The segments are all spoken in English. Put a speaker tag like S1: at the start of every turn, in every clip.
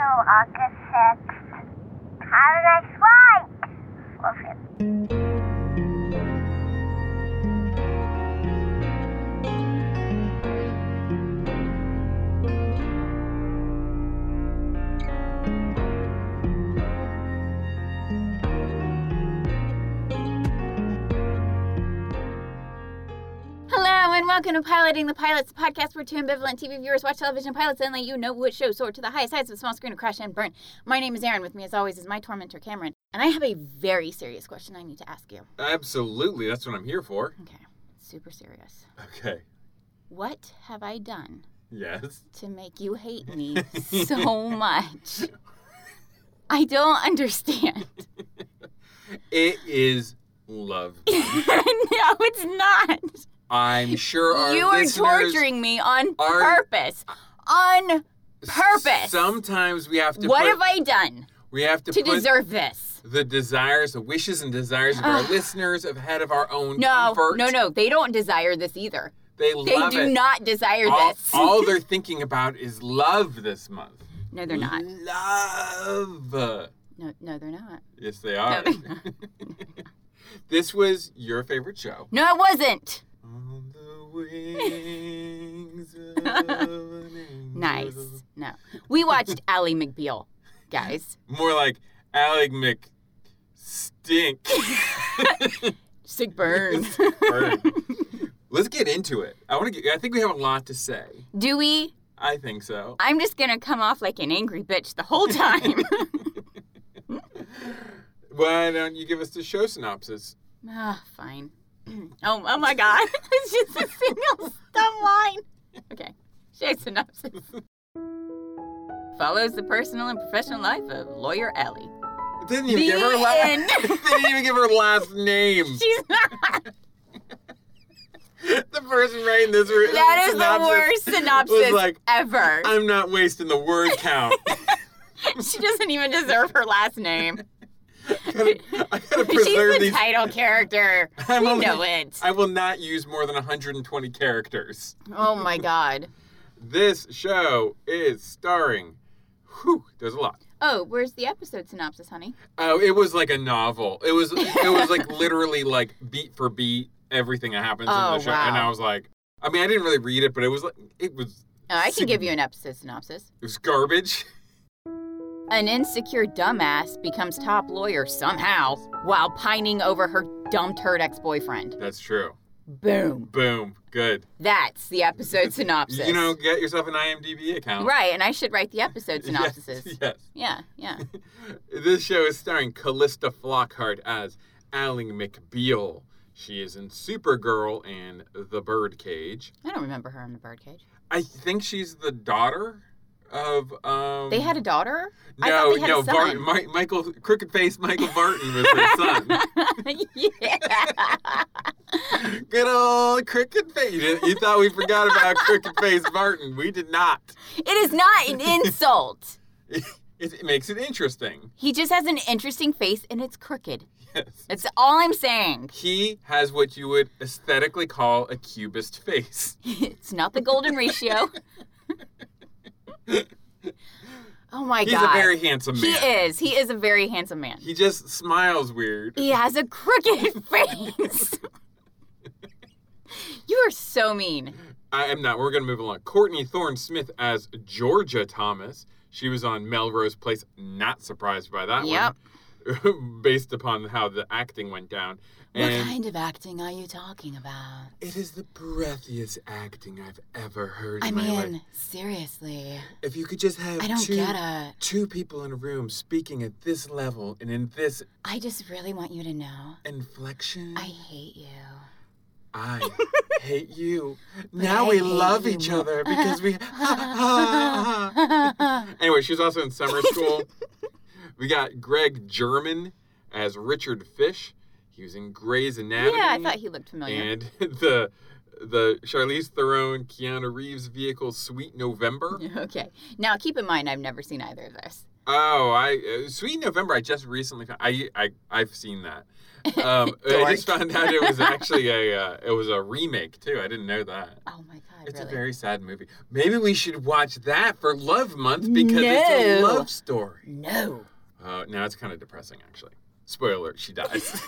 S1: August 6th. Have a nice flight! Love you.
S2: Hello and welcome to Piloting the Pilots, the podcast where two ambivalent TV viewers watch television pilots and let you know which shows soar to the highest heights of the small screen to crash and burn. My name is Aaron. With me, as always, is my tormentor Cameron, and I have a very serious question I need to ask you.
S3: Absolutely, that's what I'm here for.
S2: Okay, super serious.
S3: Okay.
S2: What have I done
S3: Yes.
S2: to make you hate me so much? I don't understand.
S3: It is love.
S2: no, it's not.
S3: I'm sure our
S2: you are
S3: listeners-
S2: torturing me on
S3: are-
S2: purpose. On purpose.
S3: Sometimes we have to
S2: what
S3: put,
S2: have I done
S3: we have to,
S2: to
S3: put
S2: deserve this?
S3: the desires, the wishes and desires of our listeners ahead of our own
S2: No,
S3: comfort.
S2: no, no. They don't desire this either.
S3: They
S2: They
S3: love
S2: do
S3: it.
S2: not desire
S3: all,
S2: this.
S3: all they're thinking about is love this month.
S2: no, they're not.
S3: Love.
S2: No, no, they're not.
S3: Yes, they are.
S2: they're not.
S3: this was your favorite show.
S2: No, it wasn't.
S3: On the wings of an angel.
S2: Nice. No, we watched Ally McBeal, guys.
S3: More like Alec Mc Stink.
S2: Sick burn.
S3: Let's get into it. I want to get. I think we have a lot to say.
S2: do we?
S3: I think so.
S2: I'm just gonna come off like an angry bitch the whole time.
S3: Why don't you give us the show synopsis?
S2: Ah, fine. oh, oh my God. it's just a single stump line. Okay. Shade synopsis. Follows the personal and professional life of Lawyer Ellie.
S3: It didn't even
S2: The
S3: give her last.
S2: end.
S3: didn't even give her last name.
S2: She's not.
S3: the person writing this. re-
S2: That is the
S3: synopsis
S2: worst synopsis
S3: Was like,
S2: ever.
S3: I'm not wasting the word count.
S2: she doesn't even deserve her last name.
S3: I gotta, I gotta
S2: She's
S3: preserve
S2: the
S3: these.
S2: title character.
S3: I'm
S2: we
S3: only-
S2: know it.
S3: I will not use more than 120 characters.
S2: Oh my God.
S3: This show is starring. Whew, there's a lot.
S2: Oh, where's the episode synopsis, honey?
S3: Oh, it was like a novel. It was it was like literally like beat for beat everything that happens
S2: Oh,
S3: in the show.
S2: wow.
S3: And I was like, I mean, I didn't really read it, but it was like it was
S2: Oh, I can give you an episode synopsis.
S3: it was garbage.
S2: An insecure dumbass becomes top lawyer somehow while pining over her dumb turd ex boyfriend.
S3: That's true.
S2: Boom.
S3: Boom. Good.
S2: That's the episode synopsis.
S3: You know, get yourself an IMDb account.
S2: Right, and I should write the episode
S3: Yes,
S2: synopsises.
S3: yes.
S2: Yeah, yeah.
S3: This show is starring Callista Flockhart as Allie McBeal. She is in Supergirl and The Birdcage.
S2: I don't remember her in the birdcage.
S3: I think she's the daughter of. Um,
S2: They had a daughter?
S3: No,
S2: I thought they had a
S3: no,
S2: son.
S3: Var- Mi- Michael crooked face Michael Barton was her son.
S2: yeah.
S3: Good old crooked face. You, didn't- you thought we forgot about crooked face Barton? We did not.
S2: It is not an insult.
S3: It, it makes it interesting.
S2: He just has an interesting face and it's crooked.
S3: Yes.
S2: That's all I'm saying.
S3: He has what you would aesthetically call a cubist face.
S2: it's not the golden ratio. oh my
S3: He's
S2: god.
S3: a very handsome man.
S2: he is. He is a very handsome man.
S3: He just smiles weird.
S2: He has a crooked face. you are so mean.
S3: I am not. We're going to move along. Courtney Thorne Smith as Georgia Thomas. She was on Melrose Place. Not surprised by that
S2: Yep.
S3: one. Based upon how the acting went down.
S2: what
S3: And
S2: kind of acting are you talking about?
S3: it is the breathiest acting I've ever heard
S2: I
S3: in my
S2: mean,
S3: life.
S2: seriously.
S3: If you could just have
S2: I don't
S3: two,
S2: get it.
S3: two people in a room speaking at this level and in this
S2: I just really want you to know
S3: inflection,
S2: I hate you.
S3: I hate you. Now
S2: I
S3: we
S2: hate
S3: love
S2: you
S3: each
S2: more.
S3: other because we. Anyway, she was also in summer school. we got Greg German as Richard Fish. He was in Grey's Anatomy.
S2: yeah, I thought he looked familiar.
S3: And the the Charlize Theron, Keanu Reeves vehicle, Sweet November.
S2: Okay. Now keep in mind I've never seen either of those.
S3: Oh, I uh, Sweet November. I just recently found, I I I've seen that. Um, I just
S2: Dork.
S3: found out it was actually a uh, it was a remake too. I didn't know that.
S2: Oh my god,
S3: It's
S2: really?
S3: a very sad movie. Maybe we should watch that for Love Month because it's a
S2: No.
S3: love story.
S2: no.
S3: Uh, now it's kind of depressing, actually. Spoiler: alert, she dies.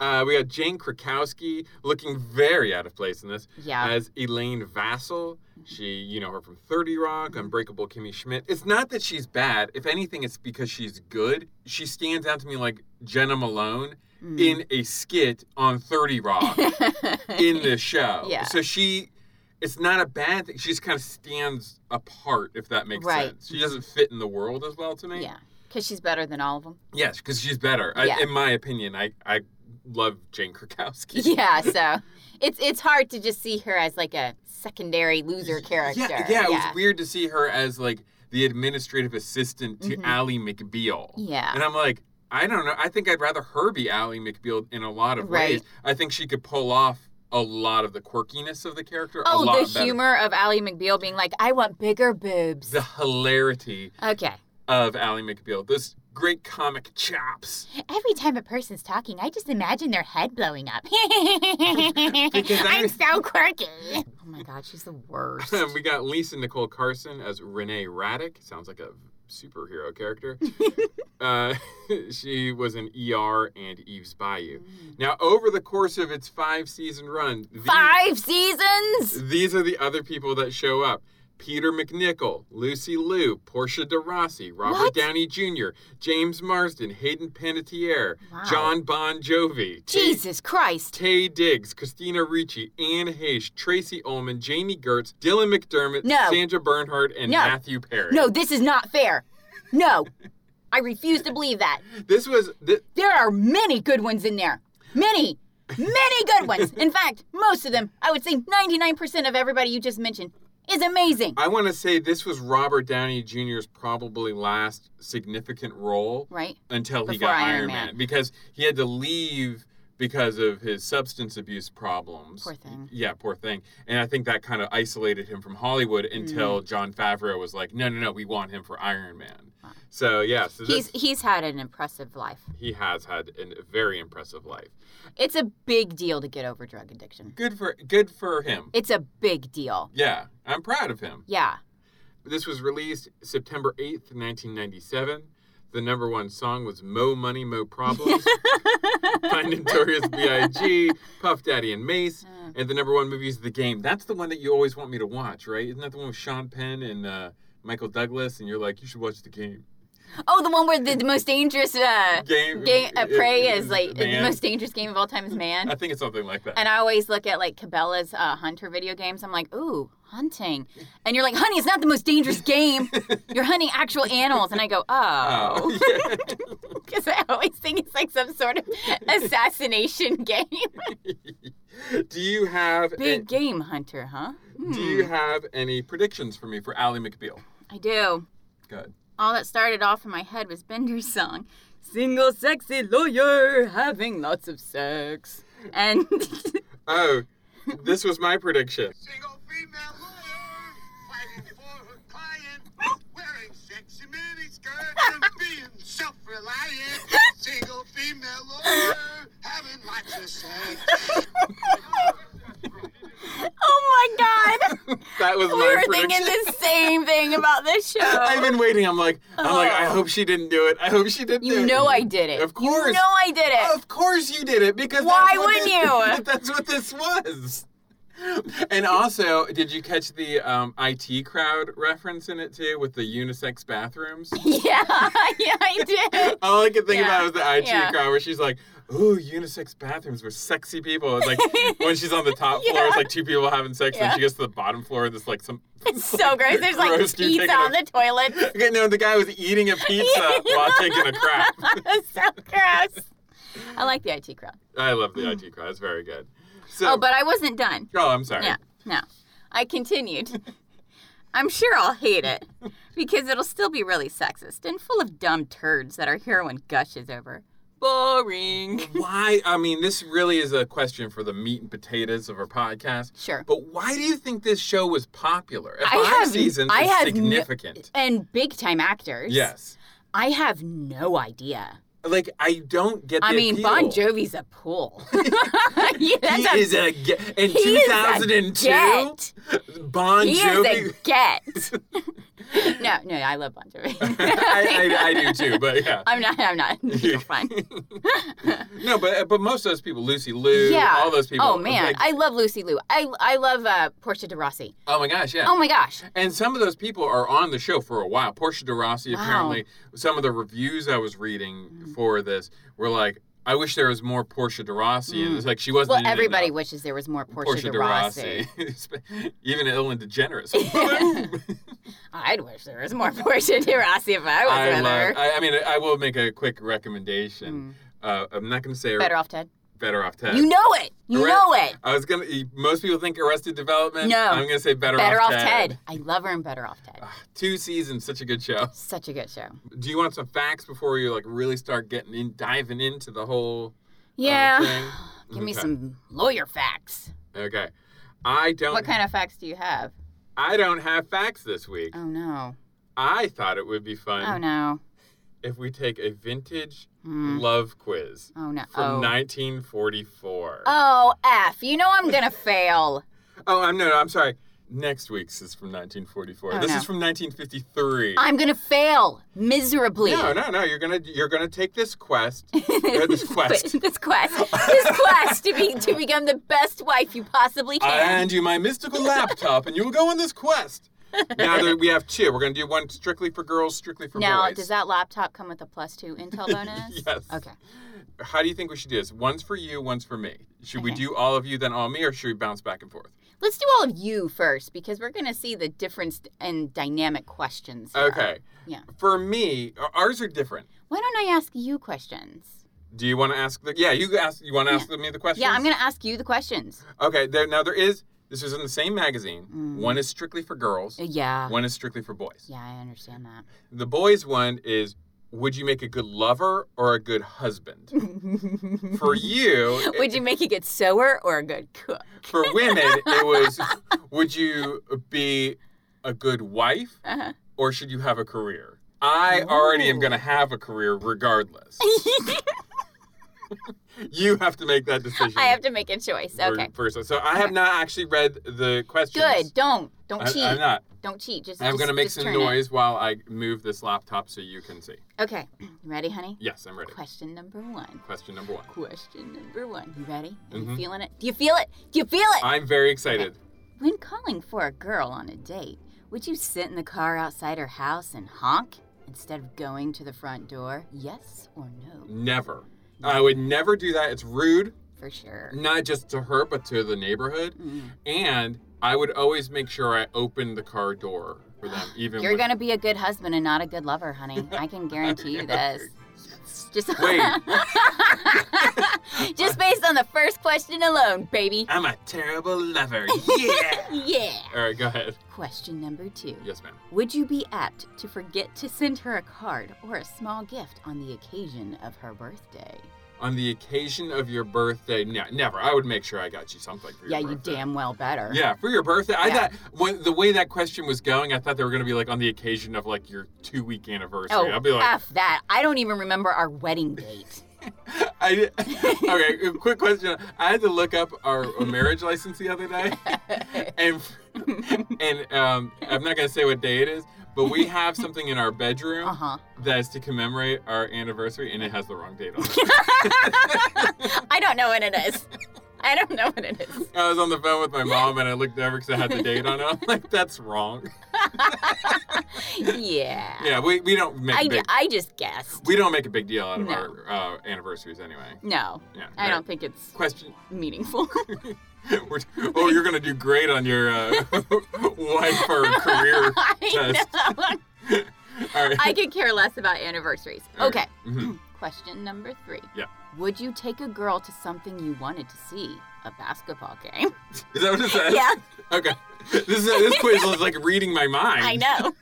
S3: uh, we got Jane Krakowski looking very out of place in this
S2: Yeah.
S3: as Elaine Vassal. She, you know her from 30 Rock, Unbreakable Kimmy Schmidt. It's not that she's bad. If anything, it's because she's good. She stands out to me like Jenna Malone
S2: Mm.
S3: in a skit on 30 Rock in the show.
S2: Yeah.
S3: So she, it's not a bad thing. She just kind of stands apart, if that makes
S2: Right.
S3: sense. She doesn't fit in the world as well to me.
S2: yeah, because she's better than all of them.
S3: Yes, because she's better.
S2: Yeah.
S3: I, in my opinion, I, I love Jane Krakowski.
S2: Yeah, so it's it's hard to just see her as like a secondary loser character.
S3: Yeah, yeah, it was weird to see her as like the administrative assistant to
S2: Mhm.
S3: Ally McBeal.
S2: Yeah.
S3: And I'm like, I don't know. I think I'd rather her be Ally McBeal in a lot of
S2: Right.
S3: ways. I think she could pull off a lot of the quirkiness of the character. a
S2: Oh,
S3: lot
S2: the
S3: better.
S2: humor of Ally McBeal being like, "I want bigger boobs."
S3: The hilarity
S2: Okay.
S3: of Ally McBeal. Those great comic chops.
S2: Every time a person's talking, I just imagine their head blowing up.
S3: I-
S2: I'm so quirky. Oh my god, she's the worst.
S3: we got Lisa Nicole Carson as Renee Raddick. Sounds like a superhero character. uh, she was in ER and Eve's Bayou. Now, over the course of its five season run, the-
S2: Mm. Five seasons.
S3: these are the other people that show up. Peter McNichol, Lucy Liu, Portia de Rossi, Robert
S2: What?
S3: Downey Jr., James Marsden, Hayden Panettiere,
S2: Wow.
S3: John Bon Jovi, Tay-
S2: Jesus Christ.
S3: Tay Diggs, Christina Ricci, Anne Heche, Tracy Ullman, Jamie Gertz, Dylan McDermott,
S2: No.
S3: Sandra Bernhardt, and
S2: No.
S3: Matthew Perry.
S2: No, this is not fair. No, I refuse to believe that.
S3: This was th-
S2: There are many good ones in there. Many, many good ones. In fact, most of them, I would say 99% of everybody you just mentioned, is amazing.
S3: I want to say this was Robert Downey Jr.'s probably last significant role
S2: Right?
S3: until he
S2: Before
S3: got
S2: Iron
S3: Iron,
S2: Man.
S3: Man. because he had to leave because of his substance abuse problems.
S2: Poor thing.
S3: Yeah, poor thing. And I think that kind of isolated him from Hollywood
S2: Mm.
S3: until John Favreau was like, "No, no, no, we want him for Iron Man." So, yeah, so
S2: He's
S3: this,
S2: he's had an impressive life.
S3: he has had a very impressive life.
S2: It's a big deal to get over drug addiction.
S3: Good for good for him.
S2: It's a big deal.
S3: Yeah, I'm proud of him.
S2: Yeah.
S3: This was released September 8th, 1997. The number one song was Mo Money, Mo Problems by Notorious B.I.G., Puff Daddy and Mace.
S2: Mm.
S3: And the number one movie is The Game. That's the one that you always want me to watch, right? Isn't that the one with Sean Penn and uh, Michael Douglas? And you're like, you should watch The Game.
S2: Oh, the one where the, the most dangerous uh,
S3: Game.
S2: game, uh, prey is like the
S3: Man.
S2: most dangerous game of all time is man.
S3: I think it's something like that.
S2: And I always look at like Cabela's uh, hunter video games. I'm like, ooh, hunting. And you're like, honey, it's not the most dangerous game. You're hunting actual animals. And I go, oh.
S3: yeah.
S2: Because I always think it's like some sort of assassination game.
S3: do you have
S2: Big game hunter, huh?
S3: a- do
S2: Hmm.
S3: you have any predictions for me for Ally McBeal?
S2: I do.
S3: Good.
S2: All that started off in my head was Bender's song, Single Sexy Lawyer Having Lots of Sex. And
S3: Oh, this was my prediction.
S4: single female lawyer fighting for her client, wearing sexy miniskirts and being self-reliant. Single female lawyer having lots of sex.
S2: oh my God!
S3: That was
S2: We
S3: my
S2: were
S3: prediction.
S2: thinking the same thing about this show.
S3: I've been waiting. I'm like, I'm like, I
S2: Oh.
S3: hope she didn't do it. I hope she didn't. do
S2: You
S3: it.
S2: know I did it.
S3: Of course.
S2: You know I did it.
S3: Of course you did it because
S2: Why
S3: that's what
S2: wouldn't
S3: this-
S2: you?
S3: that's what this was. And also, did you catch the um, IT crowd reference in it too with the unisex bathrooms?
S2: yeah, yeah, I did.
S3: All I could think
S2: Yeah.
S3: about was the IT
S2: Yeah.
S3: crowd where she's like, "Ooh, unisex bathrooms were sexy people." It's like when she's on the top floor,
S2: Yeah.
S3: it's like two people having sex, and
S2: Yeah.
S3: then she gets to the bottom floor, and it's like some.
S2: It's so gross. There's like
S3: Gross, you're
S2: pizza
S3: taking
S2: on
S3: a-
S2: the toilet.
S3: Okay, no, the guy was eating a pizza while taking a crap.
S2: It's so gross. I like the IT crowd.
S3: I love the IT crowd. It's very good. So,
S2: Oh, but I wasn't done.
S3: oh, I'm sorry.
S2: No, no. I continued. I'm sure I'll hate it because it'll still be really sexist and full of dumb turds that our heroine gushes over. Boring.
S3: Why? I mean, this really is a question for the meat and potatoes of our podcast.
S2: Sure.
S3: But why do you think this show was popular?
S2: I
S3: Five
S2: have-
S3: seasons
S2: I
S3: is
S2: have no-
S3: significant.
S2: And big time actors.
S3: yes.
S2: I have no idea.
S3: Like I don't get. The
S2: I mean,
S3: appeal.
S2: Bon Jovi's a pool. Yeah, that's
S3: he is a ge- in
S2: he is a
S3: 2002.
S2: get.
S3: Bon
S2: He
S3: Jovi.
S2: is a get. no, no, I love Bon Jovi.
S3: I, I, I do too, but yeah.
S2: I'm not. I'm not. You're fine.
S3: No, but but most of those people, Lucy Liu,
S2: yeah.
S3: all those people.
S2: Oh man,
S3: like-
S2: I love Lucy Liu. I I love uh, Portia de Rossi.
S3: oh my gosh, yeah.
S2: Oh my gosh.
S3: And some of those people are on the show for a while. Portia de Rossi,
S2: Wow. Mm.
S3: apparently, some of the reviews I was reading for this were like, I wish there was more Portia de Rossi. And it's like, she wasn't.
S2: Mm. Well,
S3: in it
S2: everybody
S3: enough.
S2: wishes there was more Portia,
S3: Portia
S2: de Rossi.
S3: Even Ellen DeGeneres.
S2: I'd wish there was more Portia de Rossi if I was
S3: I,
S2: with her.
S3: love, I, I mean, I will make a quick recommendation. Uh, I'm not going to say
S2: Mm. Better off Ted.
S3: Better Off Ted.
S2: You know it. You
S3: Arre-
S2: know it.
S3: I was gonna. Most people think Arrested Development.
S2: No.
S3: I'm gonna say Better,
S2: Better off Ted. I love her in Better Off Ted.
S3: Two seasons, such a good show.
S2: Such a good show.
S3: Do you want some facts before you like really start getting in, diving into the whole?
S2: Yeah.
S3: thing?
S2: Give me
S3: Okay.
S2: some lawyer facts.
S3: Okay, I don't.
S2: What kind of facts do you have?
S3: I don't have facts this week.
S2: Oh no.
S3: I thought it would be fun
S2: Oh no.
S3: if we take a vintage
S2: Hmm.
S3: love quiz
S2: Oh no.
S3: from
S2: oh.
S3: 1944.
S2: Oh F. You know I'm gonna fail.
S3: oh, I'm no, no, I'm sorry. Next week's is from 1944.
S2: Oh,
S3: this
S2: no.
S3: is from 1953.
S2: I'm gonna fail miserably.
S3: No, no, no. You're gonna you're gonna take this quest. or this quest.
S2: this quest. This quest to be to become the best wife you possibly
S3: I
S2: can.
S3: hand you my mystical laptop, and you will go on this quest. Now that we have two, we're gonna do one strictly for girls, strictly for
S2: now,
S3: boys.
S2: does that laptop come with a plus two Intel bonus?
S3: Yes.
S2: Okay.
S3: How do you think we should do this? One's for you, one's for me. Should we
S2: Okay.
S3: do all of you, then all me, or should we bounce back and forth?
S2: Let's do all of you first because we're gonna see the difference in dynamic questions. here.
S3: Okay.
S2: Yeah.
S3: For me, o- ours are different.
S2: Why don't I ask you questions?
S3: Do you want to ask the? Yeah, you ask. You want to
S2: Yeah.
S3: ask me the question?
S2: Yeah, I'm gonna ask you the questions.
S3: Okay. There, now there is. This is in the same magazine.
S2: Mm.
S3: One is strictly for girls.
S2: Uh, Yeah.
S3: One is strictly for boys.
S2: Yeah, I understand that.
S3: The boys one is would you make a good lover or a good husband? For you, it-
S2: Would you make a good sewer or a good cook?
S3: for women, it was would you be a good wife
S2: Uh-huh.
S3: or should you have a career? I already am going to have a career regardless. you have to make that decision.
S2: I have to make a choice.
S3: for-
S2: Okay.
S3: for yourself. so I have
S2: Okay.
S3: not actually read the questions.
S2: Good. Don't don't
S3: I,
S2: cheat.
S3: I'm not.
S2: Don't cheat. Just
S3: I'm
S2: just-
S3: going to make
S2: just
S3: some
S2: turn it.
S3: noise while I move this laptop so you can see.
S2: Okay. You ready, honey?
S3: Yes, I'm ready.
S2: Question number one.
S3: Question number one.
S2: Question number one. You ready? Are
S3: Mhm.
S2: you feeling it? Do you feel it? Do you feel it?
S3: I'm very excited.
S2: When calling for a girl on a date, would you sit in the car outside her house and honk instead of going to the front door? Yes or no?
S3: Never. I would never do that. It's rude,
S2: For sure.
S3: not just to her, but to the neighborhood.
S2: Mm.
S3: And I would always make sure I open the car door for them, even
S2: You're
S3: when-
S2: gonna be a good husband and not a good lover, honey. I can guarantee you this. Just
S3: Wait.
S2: just based on the first question alone, baby.
S3: I'm a terrible lover. Yeah.
S2: Yeah.
S3: All right, go ahead.
S2: Question number two.
S3: Yes, ma'am.
S2: Would you be apt to forget to send her a card or a small gift on the occasion of her birthday?
S3: On the occasion of your birthday, no, never. I would make sure I got you something for your
S2: yeah, you
S3: birthday.
S2: damn well better.
S3: Yeah, for your birthday. I
S2: Yeah.
S3: thought when the way that question was going, I thought they were gonna be like on the occasion of like your two week anniversary.
S2: Oh,
S3: I'd be like,
S2: F that. I don't even remember our wedding date.
S3: I did, okay. a Quick question. I had to look up our marriage license the other day, and and um, I'm not gonna say what day it is, but we have something in our bedroom
S2: Uh huh.
S3: that is to commemorate our anniversary, and it has the wrong date on it.
S2: I don't know what it is. I don't know what it is.
S3: I was on the phone with my mom, and I looked over because I had the date on it. I'm like, that's wrong.
S2: Yeah.
S3: Yeah, we, we don't make
S2: I,
S3: big,
S2: I just guessed.
S3: we don't make a big deal out of
S2: No.
S3: our uh, anniversaries anyway.
S2: No,
S3: Yeah.
S2: I
S3: right.
S2: don't think it's
S3: Question.
S2: meaningful.
S3: We're- oh, you're gonna do great on your uh, wife or career
S2: I
S3: test.
S2: know.
S3: All right.
S2: I could care less about anniversaries.
S3: All
S2: Okay.
S3: right. Mhm.
S2: Question number three.
S3: Yeah.
S2: Would you take a girl to something you wanted to see? A basketball game.
S3: Is that what it says?
S2: Yeah.
S3: Okay. This is, this quiz is like reading my mind.
S2: I know.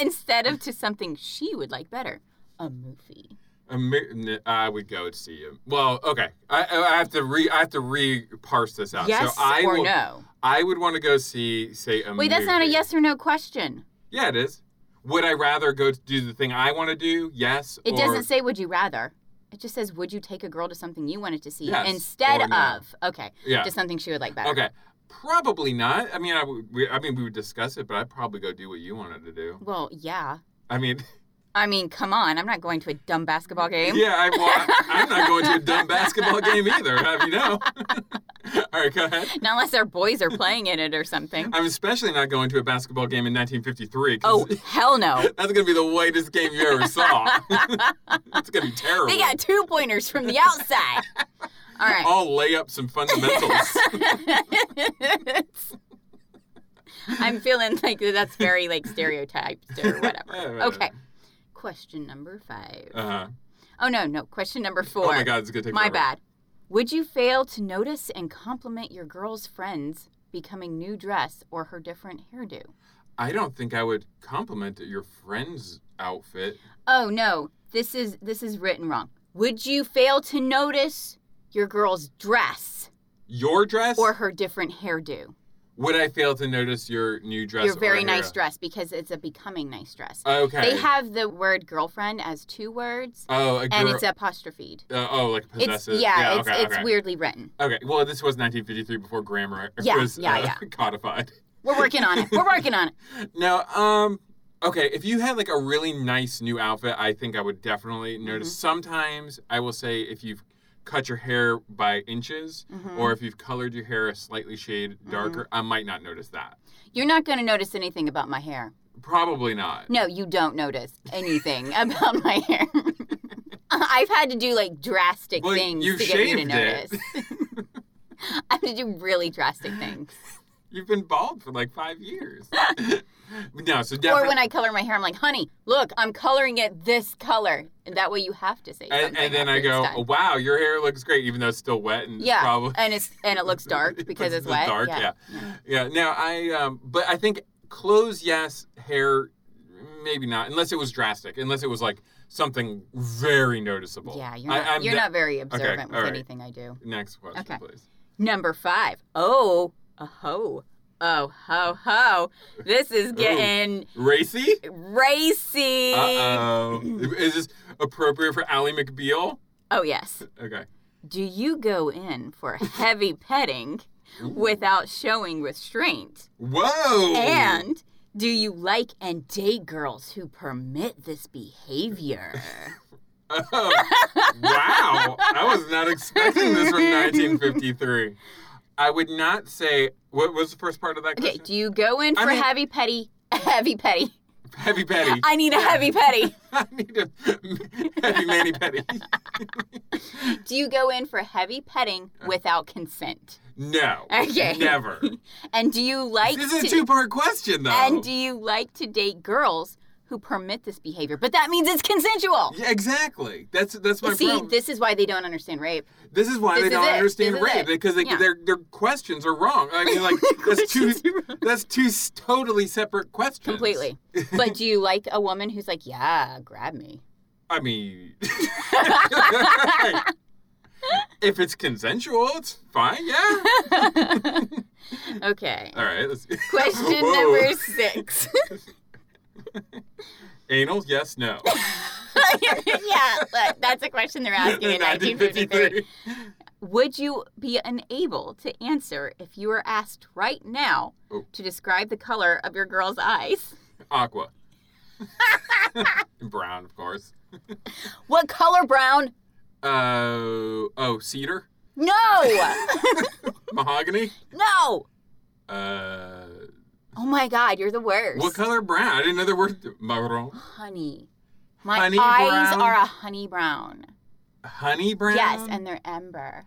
S2: Instead of to something she would like better. a movie?
S3: A mi- n- I would go see him. Well, okay. I, I have to re I have to re parse this out.
S2: yes
S3: so I
S2: or
S3: will-
S2: no?
S3: I would want to go see say a
S2: Wait, that's not a
S3: movie.
S2: yes or no question.
S3: Yeah, it is. Would I rather go to do the thing I want to do? Yes.
S2: It
S3: or-
S2: doesn't say would you rather. It just says would you take a girl to something you wanted to see
S3: Yes,
S2: instead
S3: or no.
S2: of okay
S3: Yeah.
S2: to something she would like better.
S3: Okay. Probably not. I mean, I would. We, I mean, we would discuss it, but I'd probably go do what you wanted to do.
S2: Well, yeah.
S3: I mean,
S2: I mean, come on. I'm not going to a dumb basketball game.
S3: yeah. I, well, I, I'm not going to a dumb basketball game either. Have you know? All right, go ahead.
S2: Not unless our boys are playing in it or something.
S3: I'm especially not going to a basketball game in 1953. 'cause
S2: Oh, hell no.
S3: That's gonna be the whitest game you ever saw. it's gonna be terrible.
S2: They got two pointers from the outside. All right.
S3: I'll lay up some fundamentals.
S2: I'm feeling like that's very like stereotyped or whatever.
S3: Yeah,
S2: Okay. Question number five.
S3: Uh-huh.
S2: Oh no, no. Question number four.
S3: Oh my god, it's gonna take
S2: My
S3: forever.
S2: bad. Would you fail to notice and compliment your girl's friends becoming new dress or her different hairdo?
S3: I don't think I would compliment your friend's outfit.
S2: Oh no, this is this is written wrong. Would you fail to notice your girl's dress
S3: Your dress?
S2: or her different hairdo?
S3: would I fail to notice your new dress?
S2: your
S3: or
S2: very
S3: hair?
S2: nice dress because it's a becoming nice dress.
S3: Okay.
S2: They have the word girlfriend as two words
S3: Oh, a girl.
S2: and it's apostrophed.
S3: uh, oh, like
S2: It's
S3: possessive.
S2: yeah, it's
S3: okay,
S2: it's
S3: okay.
S2: weirdly written.
S3: Okay, well, this was 1953 before grammar
S2: Yeah,
S3: was
S2: yeah,
S3: uh, codified.
S2: We're working on it. We're working on it.
S3: Now, um, okay, if you had like a really nice new outfit, I think I would definitely
S2: Mm-hmm.
S3: notice. Sometimes I will say if you've cut your hair by inches
S2: Mhm.
S3: or if you've colored your hair a slightly shade
S2: Mm-hmm.
S3: darker, I might not notice that.
S2: You're not going to notice anything about my hair.
S3: Probably not.
S2: No, you don't notice anything about my hair. I've had to do like drastic
S3: Well,
S2: things
S3: you've
S2: to get you to
S3: shaved it.
S2: notice. I have to do really drastic things.
S3: You've been bald for like five years. no, so
S2: Or
S3: definitely.
S2: when I color my hair, I'm like, honey, look, I'm coloring it this color. And that way you have to say
S3: And,
S2: something
S3: and then
S2: after
S3: I
S2: it's
S3: go,
S2: done.
S3: oh, wow, your hair looks great, even though it's still wet and
S2: yeah.
S3: probably.
S2: And it's and it looks dark because it's wet.
S3: Dark, yeah. Yeah. Now I, um, but I think clothes, yes. Hair, maybe not. Unless it was drastic. Unless it was like something very noticeable.
S2: Yeah, you're
S3: I-
S2: not,
S3: I'm
S2: you're
S3: ne-
S2: not very observant with
S3: all right.
S2: anything I do.
S3: Next question,
S2: Okay.
S3: please.
S2: Number five. Oh, a ho. Oh, ho, ho. This is getting
S3: Racy?
S2: racy.
S3: Uh oh. Is this appropriate for Ally McBeal?
S2: Oh, yes.
S3: Okay.
S2: Do you go in for heavy petting without showing restraint?
S3: Whoa.
S2: And do you like and date girls who permit this behavior?
S3: Oh, wow. I was not expecting this from 1953. I would not say. What was the first part of that
S2: Okay,
S3: question?
S2: do you go in
S3: I
S2: for
S3: mean-
S2: heavy petty? Heavy petty.
S3: Heavy Petty.
S2: I need a heavy petty.
S3: I need a heavy Manny Petty.
S2: Do you go in for heavy petting without consent?
S3: No.
S2: Okay.
S3: Never.
S2: And do you like
S3: this is
S2: to
S3: a two part question, though.
S2: and do you like to date girls who permit this behavior? But that means it's consensual.
S3: yeah, exactly. That's that's my
S2: See,
S3: problem.
S2: this is why they don't understand rape.
S3: This is why
S2: this
S3: they
S2: is
S3: don't
S2: it.
S3: understand
S2: This is
S3: rape
S2: it.
S3: because they,
S2: Yeah.
S3: their their questions are wrong. I mean, like that's two
S2: Questions are wrong.
S3: that's two s- totally separate questions.
S2: Completely. but do you like a woman who's like, yeah, grab me?
S3: I mean, if it's consensual, it's fine. Yeah.
S2: Okay.
S3: All right. Let's,
S2: Question
S3: Whoa.
S2: number six.
S3: Anal? Yes. No.
S2: yeah, but that's a question they're asking in 1953. Would you be unable to answer if you were asked right now
S3: Oh.
S2: to describe the color of your girl's eyes?
S3: Aqua. Brown, of course.
S2: What color brown?
S3: Uh, oh, cedar,
S2: No!
S3: mahogany.
S2: no!
S3: Uh,
S2: Oh my God, you're the worst.
S3: what color brown? I didn't know there were marron.
S2: Honey. My
S3: Honey
S2: eyes
S3: brown?
S2: are a honey brown.
S3: Honey brown.
S2: Yes, and they're ember.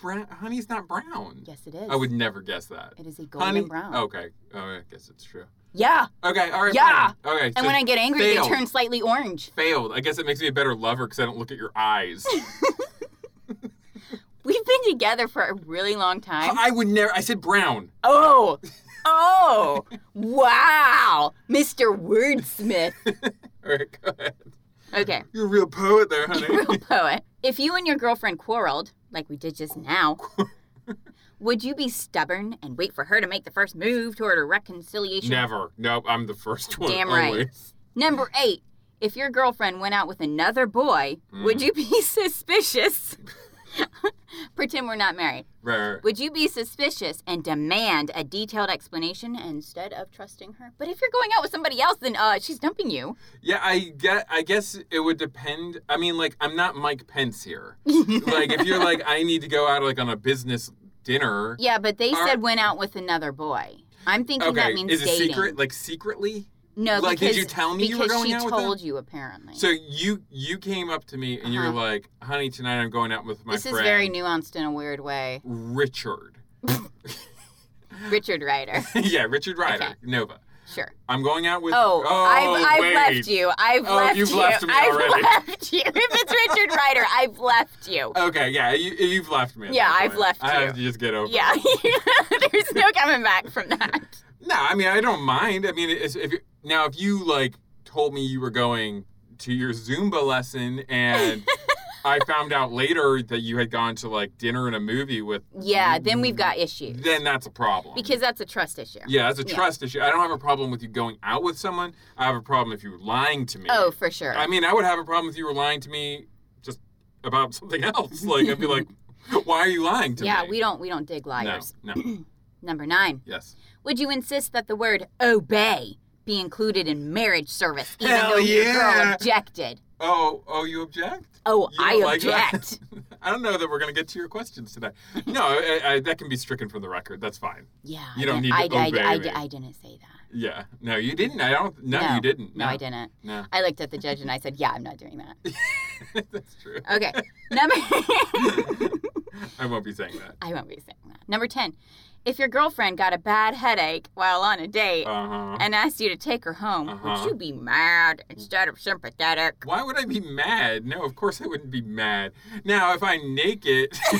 S3: brown. Honey's not brown.
S2: Yes, it is.
S3: I would never guess that.
S2: It is a golden
S3: Honey
S2: brown.
S3: Okay. Oh, I guess it's true.
S2: Yeah.
S3: Okay. All right.
S2: Yeah.
S3: fine. Okay.
S2: And when I get angry,
S3: failed.
S2: they turn slightly orange.
S3: failed, I guess it makes me a better lover because I don't look at your eyes.
S2: We've been together for a really long time.
S3: I would never. I said brown.
S2: Oh, oh, wow, Mr. Wordsmith.
S3: All right, go ahead.
S2: Okay.
S3: You're a real poet there, honey.
S2: Real poet. If you and your girlfriend quarreled, like we did just now, would you be stubborn and wait for her to make the first move toward a reconciliation?
S3: Never. Nope, I'm the first one.
S2: Damn right.
S3: always.
S2: Number eight. If your girlfriend went out with another boy, would you be suspicious? Pretend we're not married.
S3: Right. right, right.
S2: Would you be suspicious and demand a detailed explanation instead of trusting her? But if you're going out with somebody else, then uh, she's dumping you.
S3: Yeah, I get. I guess it would depend. I mean, like, I'm not Mike Pence here. like, if you're like, I need to go out like on a business dinner.
S2: Yeah, but they
S3: Are-
S2: said went out with another boy. I'm thinking
S3: okay,
S2: that means
S3: is
S2: dating.
S3: it secret? Like secretly?
S2: No,
S3: Like, did
S2: because,
S3: you tell me you were
S2: because
S3: going
S2: she
S3: out with
S2: told
S3: them?
S2: you apparently.
S3: So you you came up to me and you were
S2: Uh-huh.
S3: like, "Honey, tonight I'm going out with my
S2: this
S3: friend
S2: is very nuanced in a weird way.
S3: Richard."
S2: Richard Ryder,
S3: yeah, Richard Ryder,
S2: Okay.
S3: Nova.
S2: sure.
S3: I'm going out with.
S2: Oh, I've, I've
S3: wait.
S2: left you. I've
S3: Oh,
S2: left
S3: you've
S2: you.
S3: left me
S2: I've
S3: already. Oh.
S2: left you. If it's Richard Ryder, I've left you.
S3: Okay, yeah, you, you've left me. at
S2: Yeah,
S3: that
S2: I've
S3: point.
S2: left
S3: I have to
S2: you.
S3: just get over. it.
S2: Yeah, there's no coming back from that.
S3: No, I mean I don't mind. I mean, it's, if you now if you like told me you were going to your Zumba lesson and I found out later that you had gone to like dinner and a movie with,
S2: Yeah, then we've got issues.
S3: then that's a problem.
S2: because that's a trust issue.
S3: yeah, that's a
S2: Yeah.
S3: trust issue. I don't have a problem with you going out with someone. I have a problem if you were lying to me.
S2: Oh, for sure.
S3: I mean, I would have a problem if you were lying to me just about something else. Like I'd be like, why are you lying to
S2: yeah,
S3: me?
S2: we don't we don't dig
S3: No,
S2: liars.
S3: no,
S2: Number nine.
S3: yes.
S2: Would you insist that the word obey be included in marriage service, even
S3: Hell
S2: though your girl
S3: yeah.
S2: objected?
S3: Oh, oh, you object?
S2: Oh,
S3: You
S2: I
S3: don't like that?
S2: object.
S3: I don't know that we're going to get to your questions today. No, I, I, that can be stricken from the record. That's fine.
S2: yeah,
S3: You
S2: I didn't-
S3: don't need to
S2: I, I-
S3: obey
S2: I,
S3: me.
S2: I didn't say that.
S3: Yeah. No, you didn't. I don't. No, you didn't.
S2: No, I didn't.
S3: No,
S2: I looked at the judge and I said, "Yeah, I'm not doing that."
S3: that's true.
S2: Okay, number.
S3: I won't be saying that.
S2: I won't be saying that. Number ten. If your girlfriend got a bad headache while on a date
S3: Uh huh.
S2: and asked you to take her home,
S3: Uh-huh.
S2: would you be mad instead of sympathetic?
S3: Why would I be mad? No, of course I wouldn't be mad. Now, if I naked,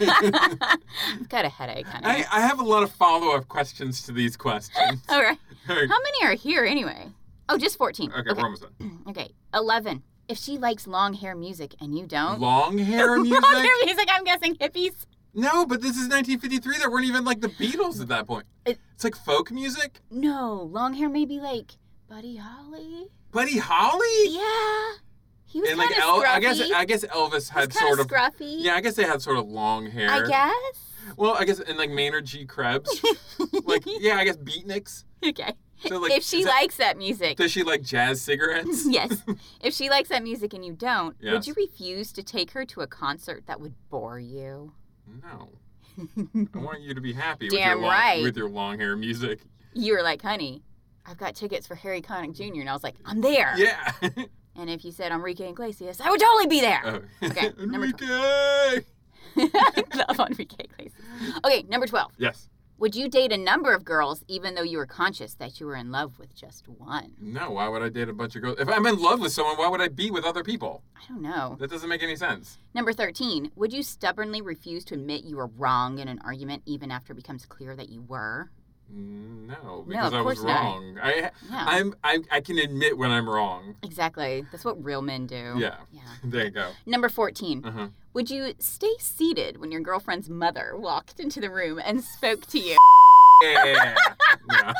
S2: I've got a headache, honey.
S3: I, I have a lot of follow up questions to these questions.
S2: All right.
S3: okay,
S2: How many are here anyway? Oh, just 14.
S3: we're almost done.
S2: Okay. 11. If she likes long hair music and you don't.
S3: Long hair music?
S2: Oh. Long hair music, I'm guessing hippies.
S3: No, but this is 1953. There weren't even like the Beatles at that point.
S2: It-
S3: It's like folk music.
S2: No, long hair maybe like Buddy Holly.
S3: Buddy Holly?
S2: Yeah. He was
S3: and
S2: kind
S3: like
S2: of
S3: El-
S2: scruffy.
S3: I guess I guess Elvis
S2: He was
S3: had
S2: kinda
S3: sort of
S2: scruffy.
S3: yeah I guess they had sort of long hair.
S2: I guess.
S3: Well, I guess and like Maynard G. Krebs, like yeah, I guess beatniks.
S2: Okay.
S3: So like
S2: if she
S3: is that-
S2: likes that music.
S3: does she like jazz cigarettes?
S2: yes. If she likes that music and you don't, would
S3: Yes.
S2: you refuse to take her to a concert that would bore you?
S3: No, I want you to be happy.
S2: Damn
S3: with your long,
S2: right.
S3: With your long hair music.
S2: you were like, honey, I've got tickets for Harry Connick Jr. And I was like, I'm there.
S3: Yeah.
S2: And if you said Enrique Iglesias, I would totally be there.
S3: oh.
S2: Okay, number
S3: Enrique. Uh-huh.
S2: I love Enrique Iglesias. Okay, number 12.
S3: Yes.
S2: Would you date a number of girls even though you were conscious that you were in love with just one?
S3: No. Why would I date a bunch of girls? If I'm in love with someone, why would I be with other people?
S2: I don't know.
S3: That doesn't make any sense.
S2: Number 13. Would you stubbornly refuse to admit you were wrong in an argument even after it becomes clear that you were?
S3: Mm, No, because
S2: of
S3: I was
S2: course not.
S3: wrong. I
S2: Yeah.
S3: I'm I, I can admit when I'm wrong.
S2: Exactly. That's what real men do.
S3: Yeah.
S2: Yeah.
S3: There you go.
S2: Number 14.
S3: Uh-huh.
S2: Would you stay seated when your girlfriend's mother walked into the room and spoke to you?
S3: Yeah. yeah.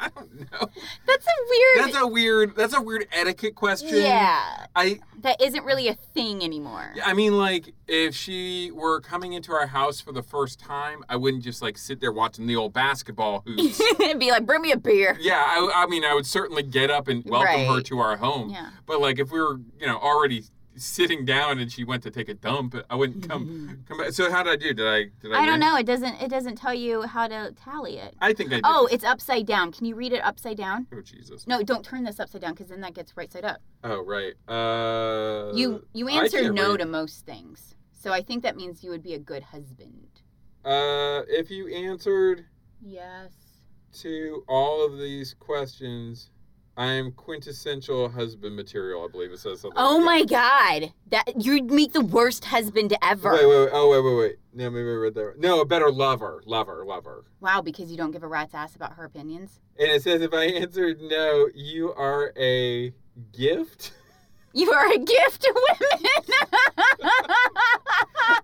S3: I don't know.
S2: That's a weird.
S3: That's a weird. That's a weird etiquette question.
S2: Yeah,
S3: I.
S2: that isn't really a thing anymore.
S3: I mean, like, if she were coming into our house for the first time, I wouldn't just like sit there watching the old basketball hoops.
S2: Be like, bring me a beer.
S3: yeah. I, I mean, I would certainly get up and welcome her
S2: Right.
S3: to our home.
S2: Yeah.
S3: But like, if we were, you know, already sitting down and she went to take a dump, I wouldn't come. come back. So how did I do? Did I? Did I?
S2: Mm-hmm. I don't
S3: win?
S2: know. It doesn't. It doesn't tell you how to tally it.
S3: I think I did.
S2: Oh, it's upside down. Can you read it upside down?
S3: Oh Jesus.
S2: No, don't turn this upside down because then that gets right side up.
S3: Oh right. Uh.
S2: You you
S3: I
S2: answer
S3: can't
S2: no
S3: read.
S2: to most things, so I think that means you would be a good husband.
S3: Uh, if you answered
S2: Yes.
S3: to all of these questions, I am quintessential husband material. I believe it says something.
S2: Oh
S3: like
S2: my god, that you'd meet the worst husband
S3: that.
S2: ever.
S3: Wait, wait, wait. Oh, wait, wait, wait. No, maybe I read that. wrong. No, a better lover, lover, lover.
S2: Wow, because you don't give a rat's ass about her opinions.
S3: And it says if I answered no, you are a gift.
S2: You are a gift to women.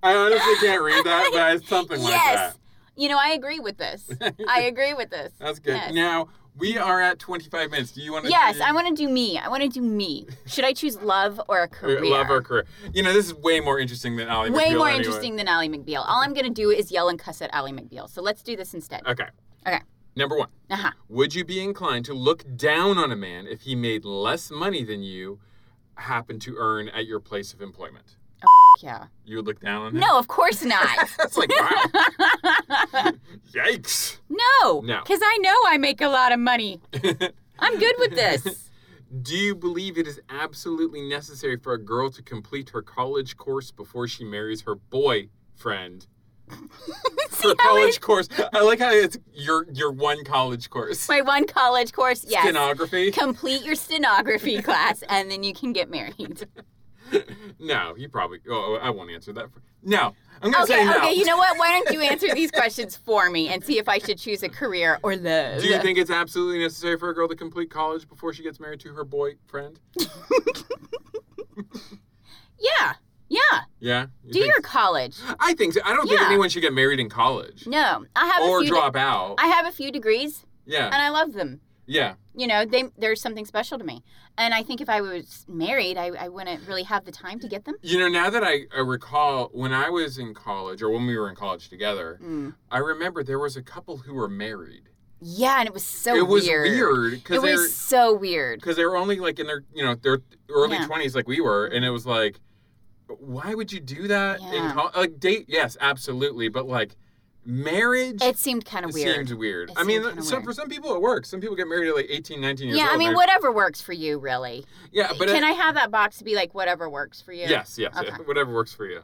S3: I honestly can't read that, but it's something
S2: yes.
S3: like
S2: You know, I agree with this.
S3: that.
S2: I agree with this.
S3: That's good.
S2: Yes.
S3: Now we are at 25 minutes. Do you want to?
S2: Yes, I want to do me. I want to do me. Should I choose love or a career?
S3: Love our career. You know, this is way more interesting than Ollie.
S2: Way
S3: McBeal
S2: more
S3: anyway.
S2: interesting than Ally McBeal. All I'm going to do is yell and cuss at Ally McBeal. So let's do this instead.
S3: Okay.
S2: Okay.
S3: Number one.
S2: Uh huh.
S3: Would you be inclined to look down on a man if he made less money than you happened to earn at your place of employment?
S2: Yeah.
S3: You would look down on him?
S2: No, of course not.
S3: That's like, wow. Yikes.
S2: no.
S3: No.
S2: Because I know I make a lot of money. I'm good with this.
S3: Do you believe it is absolutely necessary for a girl to complete her college course before she marries her boyfriend? her college course. I like how it's your your one college course.
S2: My one college course, yes.
S3: Stenography?
S2: Complete your stenography class and then you can get married.
S3: no, you probably. Oh, I won't answer that. For, no, I'm gonna
S2: Okay,
S3: say no.
S2: okay, you know what? Why don't you answer these questions for me and see if I should choose a career or love?
S3: Do you think it's absolutely necessary for a girl to complete college before she gets married to her boyfriend?
S2: Yeah. Yeah.
S3: Yeah. You
S2: Do
S3: think
S2: your
S3: so?
S2: college.
S3: I think so. I don't think
S2: Yeah.
S3: anyone should get married in college
S2: No. I have a
S3: or
S2: few
S3: drop out.
S2: I have a few degrees
S3: yeah.
S2: and I love them.
S3: yeah.
S2: You know, they there's something special to me. And I think if I was married, I, I wouldn't really have the time to get them.
S3: You know, now that I, I recall when I was in college or when we were in college together,
S2: Mm.
S3: I remember there was a couple who were married.
S2: Yeah, and it was so
S3: it was
S2: weird.
S3: weird
S2: It
S3: because they
S2: was so weird.
S3: because they were only like in their you know their early
S2: Yeah.
S3: 20s like we were and it was like why would you do that in
S2: Yeah.
S3: col- like date yes absolutely but like marriage
S2: It seemed kind of weird.
S3: seems weird
S2: It
S3: i mean
S2: seemed kinda
S3: so
S2: weird.
S3: for some people it works some people get married at like 18 19 years
S2: yeah,
S3: old
S2: I mean,
S3: and
S2: whatever works for you, really.
S3: they're- yeah but
S2: Can
S3: it-
S2: I have that box to be like whatever works for you?
S3: yes yes
S2: Okay.
S3: whatever works for you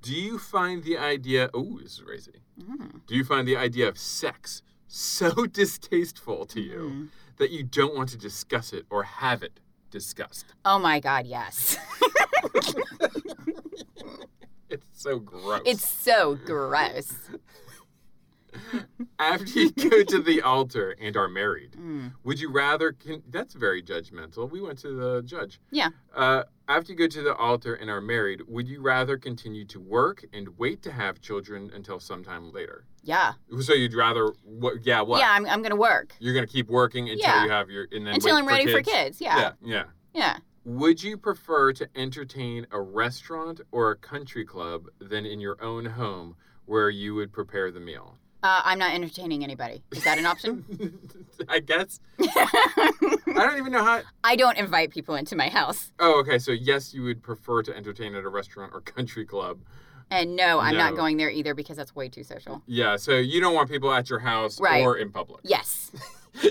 S3: do you find the idea oh this is crazy
S2: Mm.
S3: do you find the idea of sex so distasteful to you
S2: Mm.
S3: that you don't want to discuss it or have it discussed
S2: Oh my God, yes.
S3: it's so gross
S2: it's so gross.
S3: after you go to the altar and are married,
S2: Mm.
S3: would you rather? Can, that's very judgmental. We went to the judge.
S2: Yeah.
S3: Uh, after you go to the altar and are married, would you rather continue to work and wait to have children until sometime later?
S2: Yeah.
S3: So you'd rather, what, yeah, what?
S2: Yeah, I'm, I'm going to work
S3: You're gonna keep working until
S2: Yeah.
S3: you have your, and then
S2: until
S3: wait
S2: I'm ready for kids. Yeah.
S3: yeah, yeah.
S2: Yeah.
S3: Would you prefer to entertain a restaurant or a country club than in your own home where you would prepare the meal?
S2: Uh, I'm not entertaining anybody. Is that an option?
S3: I guess. I don't even know how.
S2: I don't invite people into my house.
S3: Oh, okay. So yes, you would prefer to entertain at a restaurant or country club.
S2: And no, I'm
S3: No.
S2: not going there either because that's way too social.
S3: Yeah. So you don't want people at your house
S2: Right.
S3: or in public.
S2: Yes.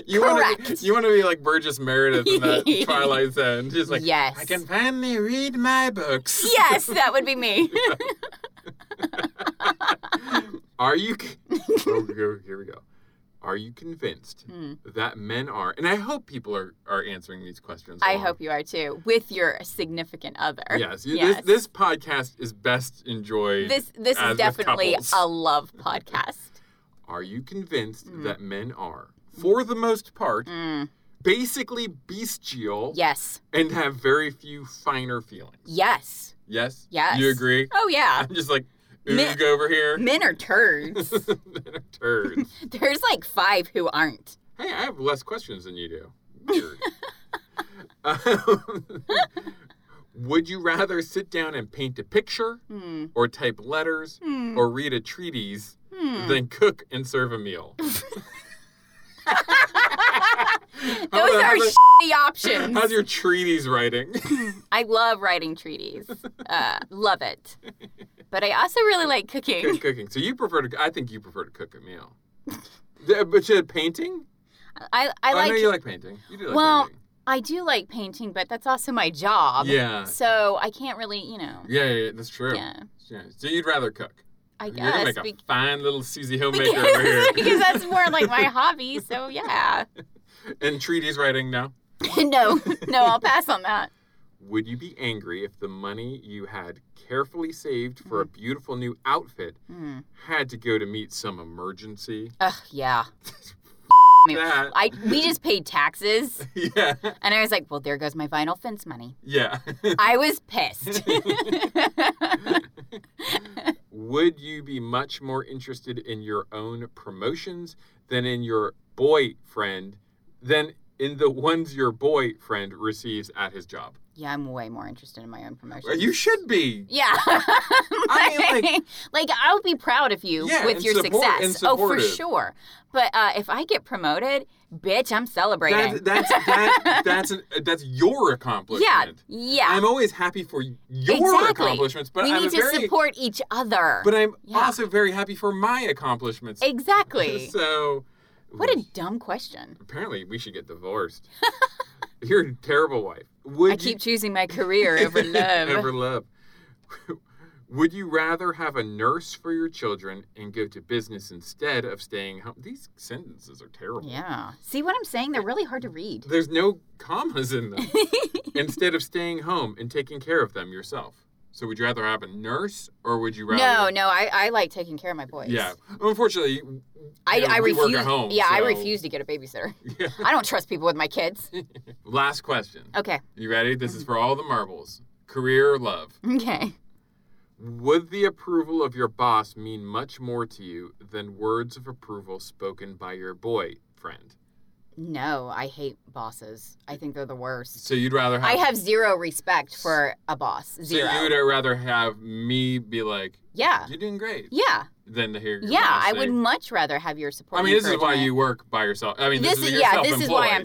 S3: You want to.
S2: correct.
S3: You want to be like Burgess Meredith in that Twilight Zone. Just like
S2: Yes.
S3: I can finally read my books.
S2: yes, that would be me.
S3: Are you? c- oh, here, here we go. Are you convinced
S2: Mm.
S3: that men are? And I hope people are are answering these questions.
S2: I
S3: along.
S2: hope you are too, with your significant other.
S3: Yes. you-
S2: Yes.
S3: This, this podcast is best enjoyed.
S2: This this
S3: As
S2: is
S3: with
S2: definitely
S3: couples.
S2: a love podcast.
S3: Are you convinced
S2: Mm.
S3: that men are, for the most part,
S2: Mm,
S3: basically bestial
S2: Yes.
S3: and have very few finer feelings?
S2: Yes.
S3: Yes?
S2: Yes.
S3: You agree?
S2: Oh yeah.
S3: I'm just like, oog
S2: Men-
S3: over here.
S2: Men are turds.
S3: Men are turds.
S2: There's like five who aren't.
S3: hey, I have less questions than you do. Weird. Um, would you rather sit down and paint a picture
S2: Hmm.
S3: or type letters
S2: Hmm.
S3: or read a treatise
S2: Hmm.
S3: than cook and serve a meal?
S2: Those
S3: How's-
S2: are
S3: how's-
S2: shitty options.
S3: How's your treaties writing?
S2: I love writing treaties. Uh, love it. But I also really like
S3: Cook-
S2: cooking.
S3: cooking. So you prefer to? I think you prefer to cook a meal. The- but you painting?
S2: I, I
S3: oh,
S2: like,
S3: know you like painting. You do like
S2: Well,
S3: painting.
S2: I do like painting, but that's also my job.
S3: Yeah.
S2: So I can't really, you know.
S3: yeah, yeah, yeah, that's true.
S2: Yeah.
S3: Yeah. So you'd rather cook?
S2: I
S3: You're gonna
S2: guess
S3: make a
S2: be-
S3: fine little Susie homemaker over here.
S2: because, because that's more like my hobby. So yeah.
S3: and treaties writing now.
S2: no, no, I'll pass on that.
S3: Would you be angry if the money you had carefully saved for
S2: Mm-hmm.
S3: a beautiful new outfit
S2: Hmm.
S3: had to go to meet some emergency?
S2: Ugh, yeah. me.
S3: That-
S2: I we just paid taxes,
S3: yeah,
S2: and I was like, well, there goes my vinyl fence money.
S3: yeah.
S2: I was pissed.
S3: Would you be much more interested in your own promotions than in your boyfriend than in the ones your boyfriend receives at his job?
S2: yeah, I'm way more interested in my own promotion.
S3: Well, You should be.
S2: Yeah.
S3: I mean,
S2: like, I would be proud of you
S3: Yeah,
S2: with
S3: and
S2: your
S3: support- and
S2: success. Oh, for
S3: supportive.
S2: sure. But uh, if I get promoted, bitch, I'm
S3: That's
S2: celebrating.
S3: that's that, that's an, that's your
S2: yeah.
S3: accomplishment.
S2: Yeah.
S3: I'm always happy for your
S2: Exactly.
S3: accomplishments, but
S2: we
S3: I'm
S2: need to
S3: very
S2: support each other.
S3: but I'm
S2: Yeah.
S3: also very happy for my accomplishments.
S2: exactly.
S3: So
S2: What a dumb question.
S3: apparently we should get divorced. You're a terrible wife. Would
S2: I
S3: you-
S2: keep choosing my career over love.
S3: Over love. Would you rather have a nurse for your children and go to business instead of staying home? These sentences are terrible.
S2: yeah. See what I'm saying? They're really hard to read.
S3: There's no commas in them. instead of staying home and taking care of them yourself. So would you rather have a nurse or would you rather?
S2: No, no, I, I like taking care of my boys.
S3: Yeah. Unfortunately, you
S2: I,
S3: know,
S2: I
S3: we
S2: refuse.
S3: Work at home,
S2: yeah, I
S3: so-
S2: refuse to get a babysitter.
S3: Yeah.
S2: I don't trust people with my kids.
S3: Last question.
S2: Okay.
S3: You ready? This is
S2: Mm-hmm.
S3: for all the marbles. Career or love?
S2: Okay.
S3: Would the approval of your boss mean much more to you than words of approval spoken by your boyfriend?
S2: No, I hate bosses. I think they're the worst.
S3: So you'd rather have.
S2: I have zero respect for a boss.
S3: So
S2: Zero.
S3: you would rather have me be like,
S2: yeah.
S3: "You're doing great,"
S2: Yeah.
S3: than to hear. Your
S2: Yeah.
S3: boss
S2: I
S3: say-
S2: would much rather have your support.
S3: I mean,
S2: and
S3: this is why
S2: encouragement.
S3: you work by yourself. I mean, this,
S2: This,
S3: is
S2: is
S3: you're
S2: yeah. This is why I'm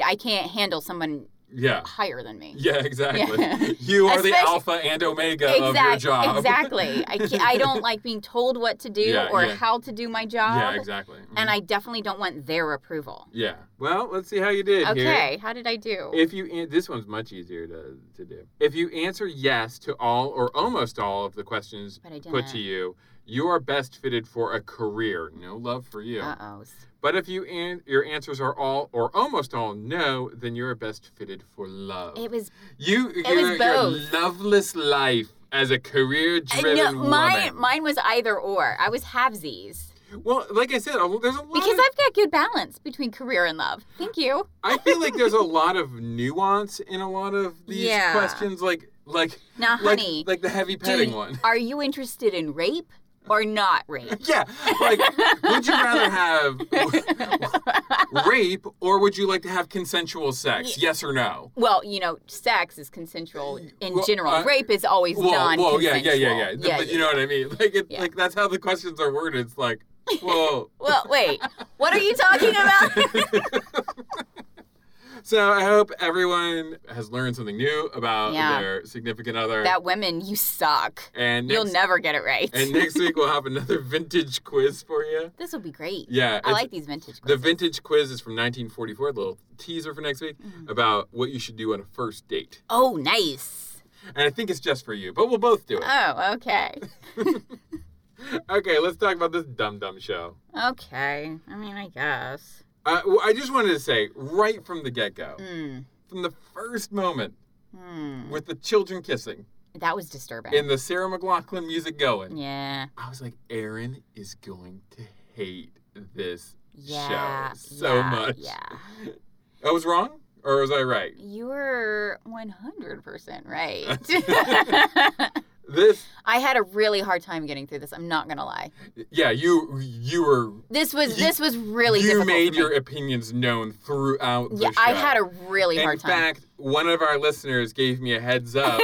S2: self-employed. I can't handle someone
S3: Yeah.
S2: higher than me.
S3: Yeah, exactly.
S2: Yeah.
S3: You are the
S2: Especially-
S3: alpha and omega of your
S2: Exact-
S3: job.
S2: Exactly. I, can't, I don't like being told what to do
S3: Yeah,
S2: or
S3: yeah.
S2: how to do my job.
S3: yeah, exactly. Mm-hmm.
S2: And I definitely don't want their approval.
S3: Yeah. Well, let's see how you did here.
S2: Okay. How did I do?
S3: If you an- this one's much easier to, to do. If you answer yes to all or almost all of the questions
S2: But I didn't.
S3: put to you, you are best fitted for a career. No love for you.
S2: Uh oh.
S3: But if you an- your answers are all or almost all no, then you are best fitted for love.
S2: It was
S3: you
S2: was
S3: your, your
S2: both.
S3: loveless life as a
S2: I-
S3: career-driven
S2: no,
S3: woman.
S2: mine. Mine was either or. I was halvesies.
S3: Well, like I said, a- there's a lot.
S2: Because
S3: of,
S2: I've got good balance between career and love. Thank you.
S3: I feel like there's a lot of nuance in a lot of these
S2: Yeah.
S3: questions, like like
S2: Now,
S3: like,
S2: honey,
S3: like the heavy
S2: do
S3: petting
S2: you-
S3: one.
S2: are you interested in rape or not rape?
S3: Yeah, like would you rather have rape or would you like to have consensual sex? Yes or no?
S2: Well, you know, sex is consensual in
S3: Well,
S2: general.
S3: uh,
S2: rape is always
S3: Whoa,
S2: non-consensual.
S3: whoa, yeah, yeah, yeah, yeah.
S2: yeah,
S3: but
S2: yeah.
S3: you know what I mean? Like it,
S2: Yeah.
S3: like that's how the questions are worded. It's like, whoa.
S2: Well, wait. What are you talking about?
S3: so I hope everyone has learned something new about
S2: Yeah.
S3: their significant other.
S2: that women, you suck.
S3: and
S2: You'll
S3: next-
S2: never get it right.
S3: And next week we'll have another vintage quiz for you.
S2: this will be great.
S3: Yeah,
S2: I
S3: it's-
S2: like these vintage.
S3: The
S2: Quizzes.
S3: vintage quiz is from 1944. A little teaser for next week
S2: Mm-hmm.
S3: about what you should do on a first date.
S2: oh, nice.
S3: And I think it's just for you, but we'll both do it.
S2: Oh, okay.
S3: Okay, let's talk about this dumb dumb show.
S2: Okay. I mean, I guess.
S3: Uh, well, I just wanted to say right from the get go,
S2: Mm.
S3: from the first moment
S2: Mm.
S3: with the children kissing
S2: That was disturbing.
S3: and the Sarah McLaughlin music going,
S2: yeah.
S3: I was like, Aaron is going to hate this
S2: Yeah.
S3: show so
S2: yeah,
S3: much.
S2: Yeah.
S3: I was wrong, or was I right?
S2: You were 100% right.
S3: This,
S2: I had a really hard time getting through this. I'm not going to lie.
S3: yeah, you you were
S2: This was
S3: You-
S2: this was really
S3: you
S2: difficult.
S3: made
S2: for me.
S3: your opinions known throughout the
S2: Yeah,
S3: show.
S2: I had a really
S3: In
S2: hard time.
S3: fact, one of our listeners gave me a heads up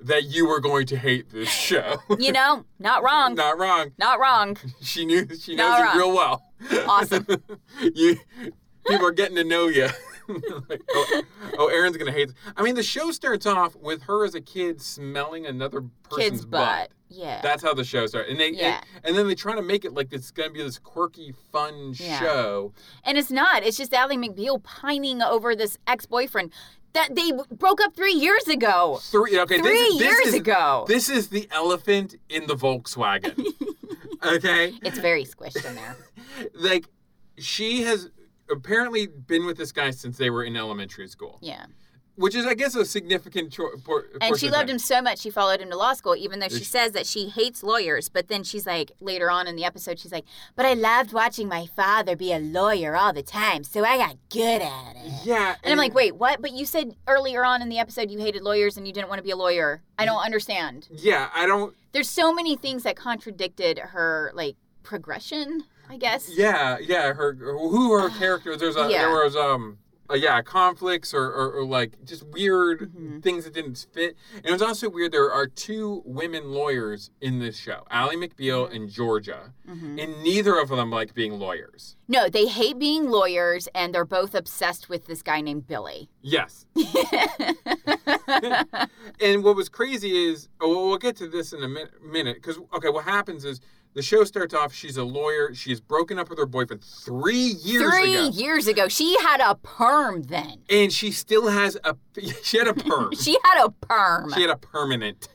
S3: that you were going to hate this show.
S2: you know, not wrong.
S3: Not wrong.
S2: Not wrong.
S3: She knew she
S2: Not
S3: knows
S2: wrong.
S3: you real well.
S2: Awesome.
S3: you people are getting to know you. Like, oh, oh, Aaron's gonna hate. This. I mean, the show starts off with her as a kid smelling another person's
S2: Kids butt. Yeah.
S3: That's how the show starts, and they
S2: Yeah.
S3: and, and then they try to make it like it's gonna be this quirky, fun
S2: Yeah.
S3: show.
S2: and it's not. It's just Ally McBeal pining over this ex-boyfriend that they broke up 3 years ago.
S3: Three okay,
S2: 3
S3: this, is- this
S2: years
S3: is,
S2: ago.
S3: This is the elephant in the Volkswagen. okay?
S2: it's very squished in there.
S3: Like she has apparently been with this guy since they were in elementary school,
S2: Yeah.
S3: which is, I guess, a significant cho- por-
S2: And she
S3: portion of
S2: loved
S3: time.
S2: him so much she followed him to law school, even though she
S3: Is-
S2: says that she hates lawyers. But then she's like, later on in the episode, she's like, But I loved watching my father be a lawyer all the time, so I got good at it.
S3: Yeah,
S2: And I'm like, wait, what? But you said earlier on in the episode you hated lawyers and you didn't want to be a lawyer. I don't understand.
S3: Yeah, I don't.
S2: There's so many things that contradicted her like progression, I guess.
S3: Yeah, yeah. Her who her characters. There's a
S2: Yeah.
S3: there was um a, yeah conflicts or, or or like just weird
S2: Mhm.
S3: things that didn't fit. And it was also weird. There are two women lawyers in this show, Ally McBeal
S2: Mm-hmm.
S3: and Georgia,
S2: Mhm.
S3: and neither of them like being lawyers.
S2: No, they hate being lawyers and they're both obsessed with this guy named Billy.
S3: Yes. and what was crazy is oh, well, we'll get to this in a min- minute because okay, what happens is. The show starts off. She's a lawyer. She's broken up with her boyfriend three years
S2: Three
S3: ago.
S2: years ago, she had a perm then.
S3: and she still has a she had a perm. she,
S2: She had a perm.
S3: had a permanent.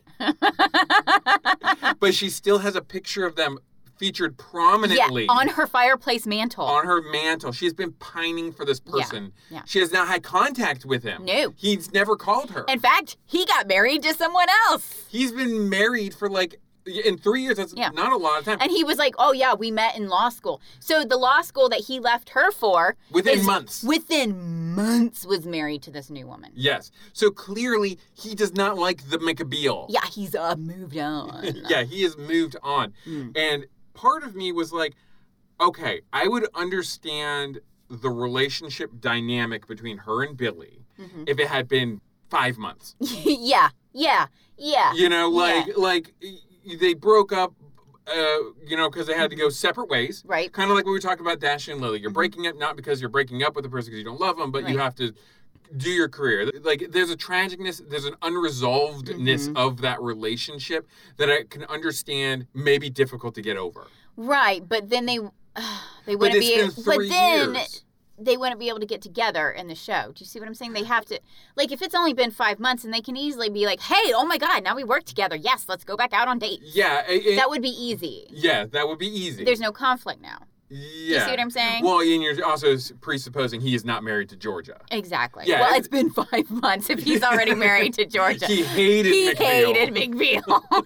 S3: but she still has a picture of them featured
S2: yeah,
S3: prominently
S2: on her fireplace mantle.
S3: on her mantle. She's been pining for this person.
S2: yeah.
S3: She has not had contact with him.
S2: No.
S3: He's never called her.
S2: In fact, he got married to someone else.
S3: He's been married for like in 3 years. That's
S2: Yeah.
S3: not a lot of time.
S2: And he was like, "Oh yeah, we met in law school." So the law school that he left her for
S3: Within
S2: is-
S3: months.
S2: within months was married to this new woman.
S3: yes. So clearly he does not like the McBeal.
S2: Yeah, he's uh, moved on.
S3: yeah, he has moved on.
S2: Mm.
S3: And part of me was like, okay, I would understand the relationship dynamic between her and Billy
S2: Mhm.
S3: if it had been five months.
S2: yeah, yeah, yeah.
S3: You know,
S2: Yeah.
S3: like like y- they broke up, uh, you know, because they had to go separate ways.
S2: Mm-hmm. Right. Mm-hmm.
S3: Kind of like we were talking about Dash and Lily. You're breaking up not because you're breaking up with the person because you don't love them, but you
S2: Right.
S3: have to do your career. Like there's a tragicness, there's an unresolvedness
S2: Mm-hmm.
S3: of that relationship that I can understand. Maybe difficult to get over.
S2: Right, but then they they
S3: But
S2: wouldn't
S3: it's
S2: be
S3: been
S2: but
S3: three
S2: then
S3: years.
S2: they wouldn't be able to get together in the show. Do you see what I'm saying? They have to like if it's only been 5 months and they can easily be like, "Hey, oh my god, now we work together. Yes, let's go back out on dates."
S3: Yeah. it- it-
S2: That would be easy.
S3: yeah, that would be easy.
S2: There's no conflict now.
S3: yeah.
S2: You see what I'm saying?
S3: Well, and you're also s- presupposing he is not married to Georgia.
S2: exactly.
S3: Yeah,
S2: well,
S3: it-
S2: it's been 5 months if he's already married to Georgia.
S3: He hated
S2: He
S3: McBeal.
S2: hated McBeal. oh,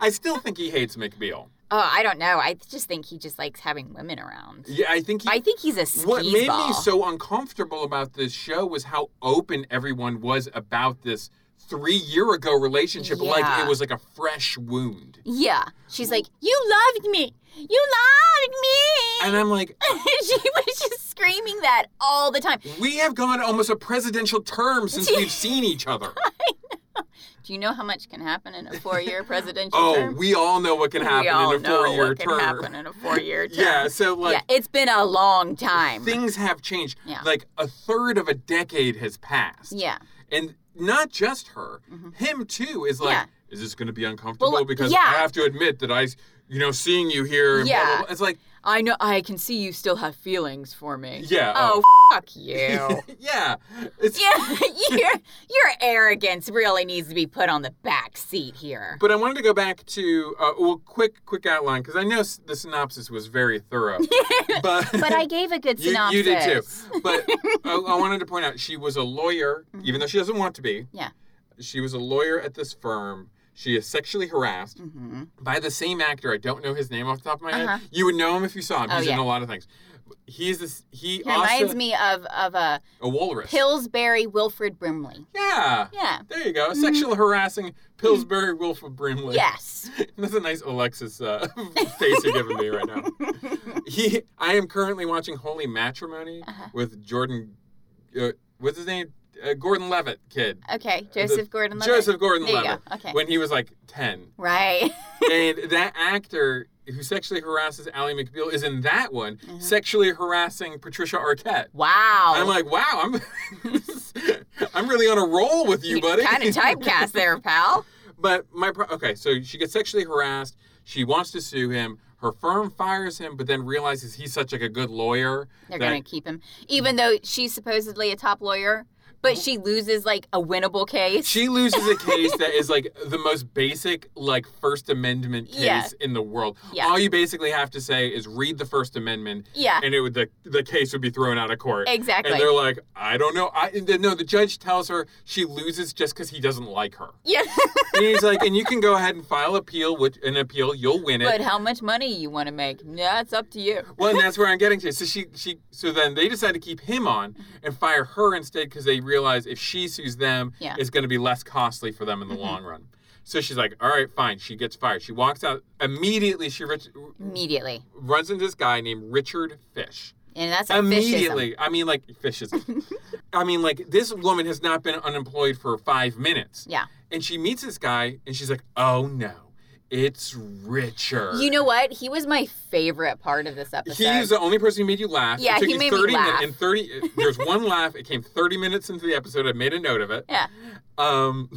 S3: I still think he hates McBeal.
S2: I don't know. I just think he just likes having women around.
S3: Yeah, I think he
S2: I think he's a skeezball.
S3: what made me so uncomfortable about this show was how open everyone was about this three year ago relationship like
S2: Yeah.
S3: it was like a fresh wound
S2: Yeah. She's like, You loved me. You loved me.
S3: and i'm like
S2: she was just screaming that all the time.
S3: we have gone almost a presidential term since we've seen each other
S2: Do you know how much can happen in a four year presidential
S3: oh
S2: term?
S3: we all know what can happen
S2: we all
S3: in a
S2: know
S3: four year
S2: what can happen
S3: term
S2: in a four year term.
S3: yeah so like
S2: yeah, it's been a long time.
S3: things have changed
S2: Yeah.
S3: like a third of a decade has passed
S2: yeah.
S3: and not just her, him too is like,
S2: Mm-hmm. Yeah.
S3: is this going to be uncomfortable?
S2: Well,
S3: because
S2: yeah.
S3: I have to admit that I, s- you know, seeing you here. And blah, blah,
S2: Yeah.
S3: blah. It's like,
S2: I know I can see you still have feelings for me.
S3: yeah,
S2: Oh,
S3: oh,
S2: fuck you.
S3: yeah, it's.
S2: yeah, your your arrogance really needs to be put on the back seat here.
S3: But I wanted to go back to uh, well, quick, quick outline because I know s- the synopsis was very thorough, but
S2: But I gave a good
S3: you,
S2: synopsis. Mm-hmm.
S3: you did too. But I, I wanted to point out she was a lawyer, even though she doesn't want to be.
S2: Yeah.
S3: she was a lawyer at this firm. She is sexually harassed.
S2: Mm-hmm.
S3: by the same actor. I don't know his name off the top of my head.
S2: Uh-huh.
S3: You would know him if you saw him.
S2: Oh,
S3: He's in
S2: yeah.
S3: a lot of things. He's this.
S2: He
S3: He,
S2: reminds
S3: also-
S2: me of of a
S3: a walrus.
S2: Pillsbury Wilfred Brimley.
S3: yeah.
S2: Yeah. Mm-hmm.
S3: There you go. Sexual harassing Pillsbury Wilfred Brimley.
S2: Yes.
S3: That's a nice Alexis uh, face you're giving me right now. He. I am currently watching Holy Matrimony
S2: Uh-huh.
S3: with Jordan. Uh, what's his name? Uh, Gordon Levitt kid.
S2: Okay, Uh, Joseph Gordon-Levitt.
S3: Joseph Gordon
S2: There you
S3: Levitt.
S2: go. Okay.
S3: When he was like ten.
S2: Right.
S3: and that actor who sexually harasses Ally McBeal is in that one
S2: Mhm.
S3: sexually harassing Patricia Arquette.
S2: Wow.
S3: I'm like, wow, I'm I'm really on a roll with you, buddy.
S2: Kind of typecast there, pal.
S3: But my pro- okay, so she gets sexually harassed. She wants to sue him. Her firm fires him, but then realizes he's such like a good lawyer
S2: They're
S3: that
S2: gonna keep him, even though she's supposedly a top lawyer. but she loses like a winnable case.
S3: She loses a case that is like the most basic, like First Amendment case
S2: Yeah.
S3: in the world.
S2: Yeah.
S3: All you basically have to say is read the First Amendment,
S2: yeah,
S3: and it would the the case would be thrown out of court.
S2: exactly.
S3: And they're like, I don't know. I and then, no. The judge tells her she loses just because he doesn't like her.
S2: yeah,
S3: And he's like, and you can go ahead and file appeal. Which an appeal, you'll win it.
S2: but how much money you want to make? Yeah, it's up to you.
S3: Well, and that's where I'm getting to. So she, she, so then they decide to keep him on
S2: Mm-hmm.
S3: and fire her instead because they realize if she sues them,
S2: Yeah. Mm-hmm.
S3: it's going to be less costly for them in the long run. So she's like, "All right, fine." She gets fired. She walks out immediately. She rich,
S2: Immediately,
S3: runs into this guy named Richard Fish.
S2: and that's a
S3: Immediately, I mean, like Fish is. I mean, like this woman has not been unemployed for five minutes,
S2: Fishism. Yeah.
S3: and she meets this guy, and she's like, "Oh no, it's Richard."
S2: You know what? He was my favorite part of this episode.
S3: He was the only person who made you laugh.
S2: Yeah,
S3: it took
S2: he
S3: you
S2: made me
S3: 30 minutes.
S2: laugh.
S3: And 30, there's one laugh. It came 30 minutes into the episode. I made a note of it.
S2: Yeah.
S3: Um,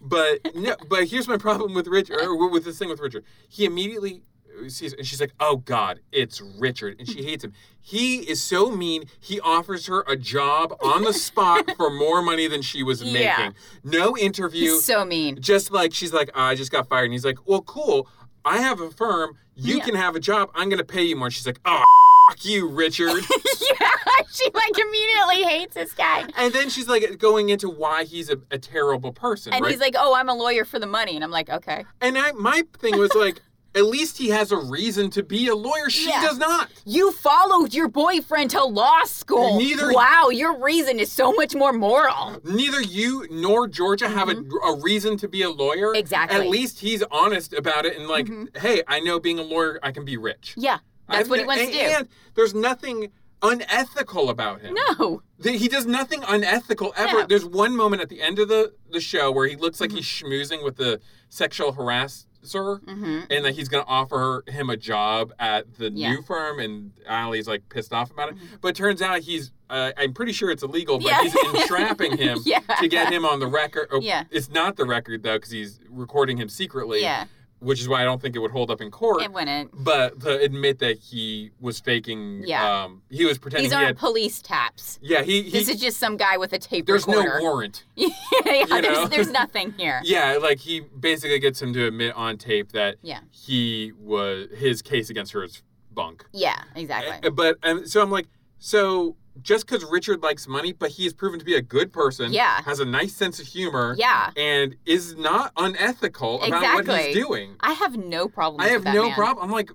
S3: but no, but here's my problem with Richard, or with this thing with Richard. He immediately sees, and she's like, "Oh God, it's Richard," and she hates him. He is so mean. He offers her a job on the spot for more money than she was making.
S2: Yeah.
S3: No interview
S2: He's so mean.
S3: just like she's like "Ah, i just got fired and he's like well cool i have a firm you
S2: Yeah.
S3: can have a job i'm gonna pay you more she's like oh fuck you richard
S2: yeah, she like immediately hates this guy.
S3: and then she's like going into why he's a, a terrible person
S2: And
S3: right
S2: he's like, "Oh, I'm a lawyer for the money," and I'm like, "Okay."
S3: and I, my thing was like at least he has a reason to be a lawyer she
S2: Yeah.
S3: does not
S2: You followed your boyfriend to law school.
S3: Neither-
S2: Wow, your reason is so much more moral.
S3: neither you nor georgia have a, a reason to be a lawyer
S2: Mm-hmm. Exactly. Mm-hmm.
S3: at least he's honest about it and like hey i know being a lawyer i can be rich
S2: Yeah, that's
S3: I've
S2: what he
S3: no-
S2: wants
S3: and,
S2: to do.
S3: and there's nothing unethical about him
S2: no.
S3: Th- He does nothing unethical ever.
S2: No.
S3: There's one moment at the end of the, the show where he looks like he's schmoozing with the sexual harasser
S2: Mm-hmm.
S3: and that he's going to offer her, him a job at the
S2: Yeah. Mm-hmm.
S3: new firm. And Allie's like pissed off about it. But it turns out he's, uh, I'm pretty sure it's illegal, but
S2: Yeah.
S3: he's entrapping him
S2: Yeah.
S3: to get him on the record. Oh,
S2: Yeah.
S3: It's not the record though, because he's recording him secretly,
S2: Yeah,
S3: which is why I don't think it would hold up in court.
S2: it wouldn't.
S3: but to admit that he was faking,
S2: Yeah.
S3: um, he was pretending
S2: These
S3: he
S2: aren't
S3: had.
S2: police taps.
S3: Yeah, he, he
S2: this is just some guy with a tape
S3: there's no
S2: recorder.
S3: warrant.
S2: yeah,
S3: know?
S2: there's, there's nothing here.
S3: Yeah, like he basically gets him to admit on tape that
S2: Yeah.
S3: he was his case against her is bunk.
S2: Yeah, exactly.
S3: Uh, But um, so I'm like, so just because Richard likes money, but he has proven to be a good person,
S2: Yeah.
S3: has a nice sense of humor,
S2: Yeah,
S3: and is not unethical about what
S2: Exactly.
S3: he's doing.
S2: I have no problem.
S3: I have
S2: with that
S3: no
S2: man.
S3: problem. I'm like,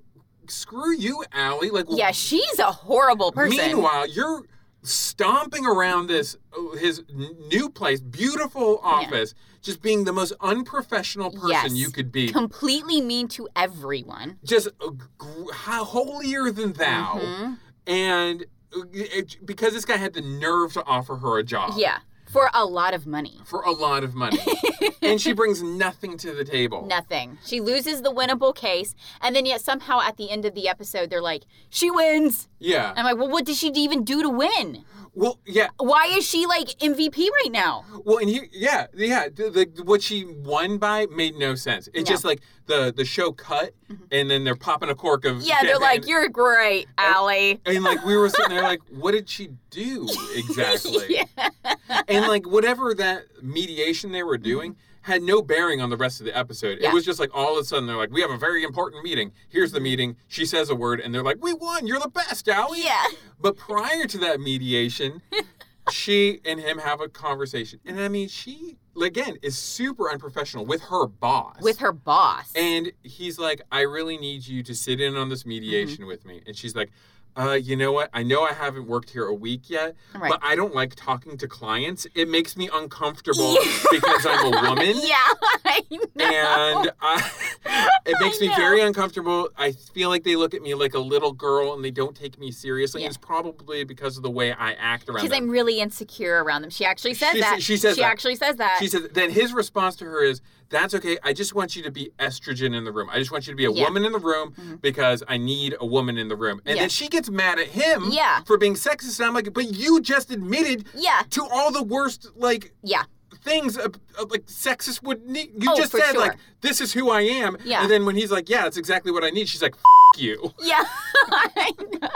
S3: screw you, Allie. Like,
S2: Yeah, she's a horrible person.
S3: Meanwhile, you're stomping around this uh, his n- new place, beautiful office, just being the most unprofessional person
S2: Yes.
S3: you could be.
S2: completely mean to everyone.
S3: just uh, gr- how holier than thou.
S2: Mhm.
S3: And uh, it, because this guy had the nerve to offer her a job.
S2: Yeah, for a lot of money.
S3: For a lot of money. and she brings nothing to the table.
S2: Nothing. She loses the winnable case, and then yet somehow at the end of the episode they're like, "She wins."
S3: Yeah.
S2: I'm like, "Well, what did she even do to win?
S3: Well, yeah.
S2: Why is she like MVP right now?"
S3: Well, and here, yeah, yeah, the, the, what she won by made no sense. It's
S2: No.
S3: just like the the show cut, and then they're popping a cork of
S2: Mm-hmm. Yeah, they're
S3: champagne.
S2: like, "You're great, Allie."
S3: And like we were sitting there, like, what did she do exactly?
S2: Yeah.
S3: And like whatever that mediation they were doing had no bearing on the rest of the episode.
S2: Mm-hmm. Yeah.
S3: It was just like all of a sudden they're like, we have a very important meeting. Here's the meeting. She says a word, and they're like, we won. You're the best, Allie.
S2: Yeah.
S3: But prior to that mediation, she and him have a conversation, and I mean, she again is super unprofessional with her boss.
S2: With her boss.
S3: And he's like, I really need you to sit in on
S2: Mm-hmm.
S3: this mediation with me. And she's like, uh, you know what? I know I haven't worked here a week yet,
S2: Right.
S3: but I don't like talking to clients. It makes me uncomfortable because I'm a woman.
S2: yeah, I know.
S3: And I, it makes me
S2: know.
S3: very uncomfortable. I feel like they look at me like a little girl and they don't take me seriously.
S2: Yeah.
S3: It's probably because of the way I act around
S2: because
S3: them.
S2: I'm really insecure around them. She actually says
S3: She sa-
S2: that.
S3: she says
S2: She
S3: that.
S2: actually says that.
S3: She says, then his response to her is, That's okay. I just want you to be estrogen in the room. I just want you to be a
S2: Yeah.
S3: woman in the room
S2: Mhm.
S3: because I need a woman in the room. And
S2: Yeah.
S3: then she gets mad at him
S2: Yeah.
S3: for being sexist. And I'm like, But you just admitted
S2: yeah,
S3: to all the worst, like,
S2: yeah,
S3: things uh, uh, like sexist would need. You
S2: Oh,
S3: just
S2: for
S3: said,
S2: sure.
S3: like, this is who I am.
S2: Yeah.
S3: And then when he's like, Yeah, that's exactly what I need, she's like, F you.
S2: yeah. I know.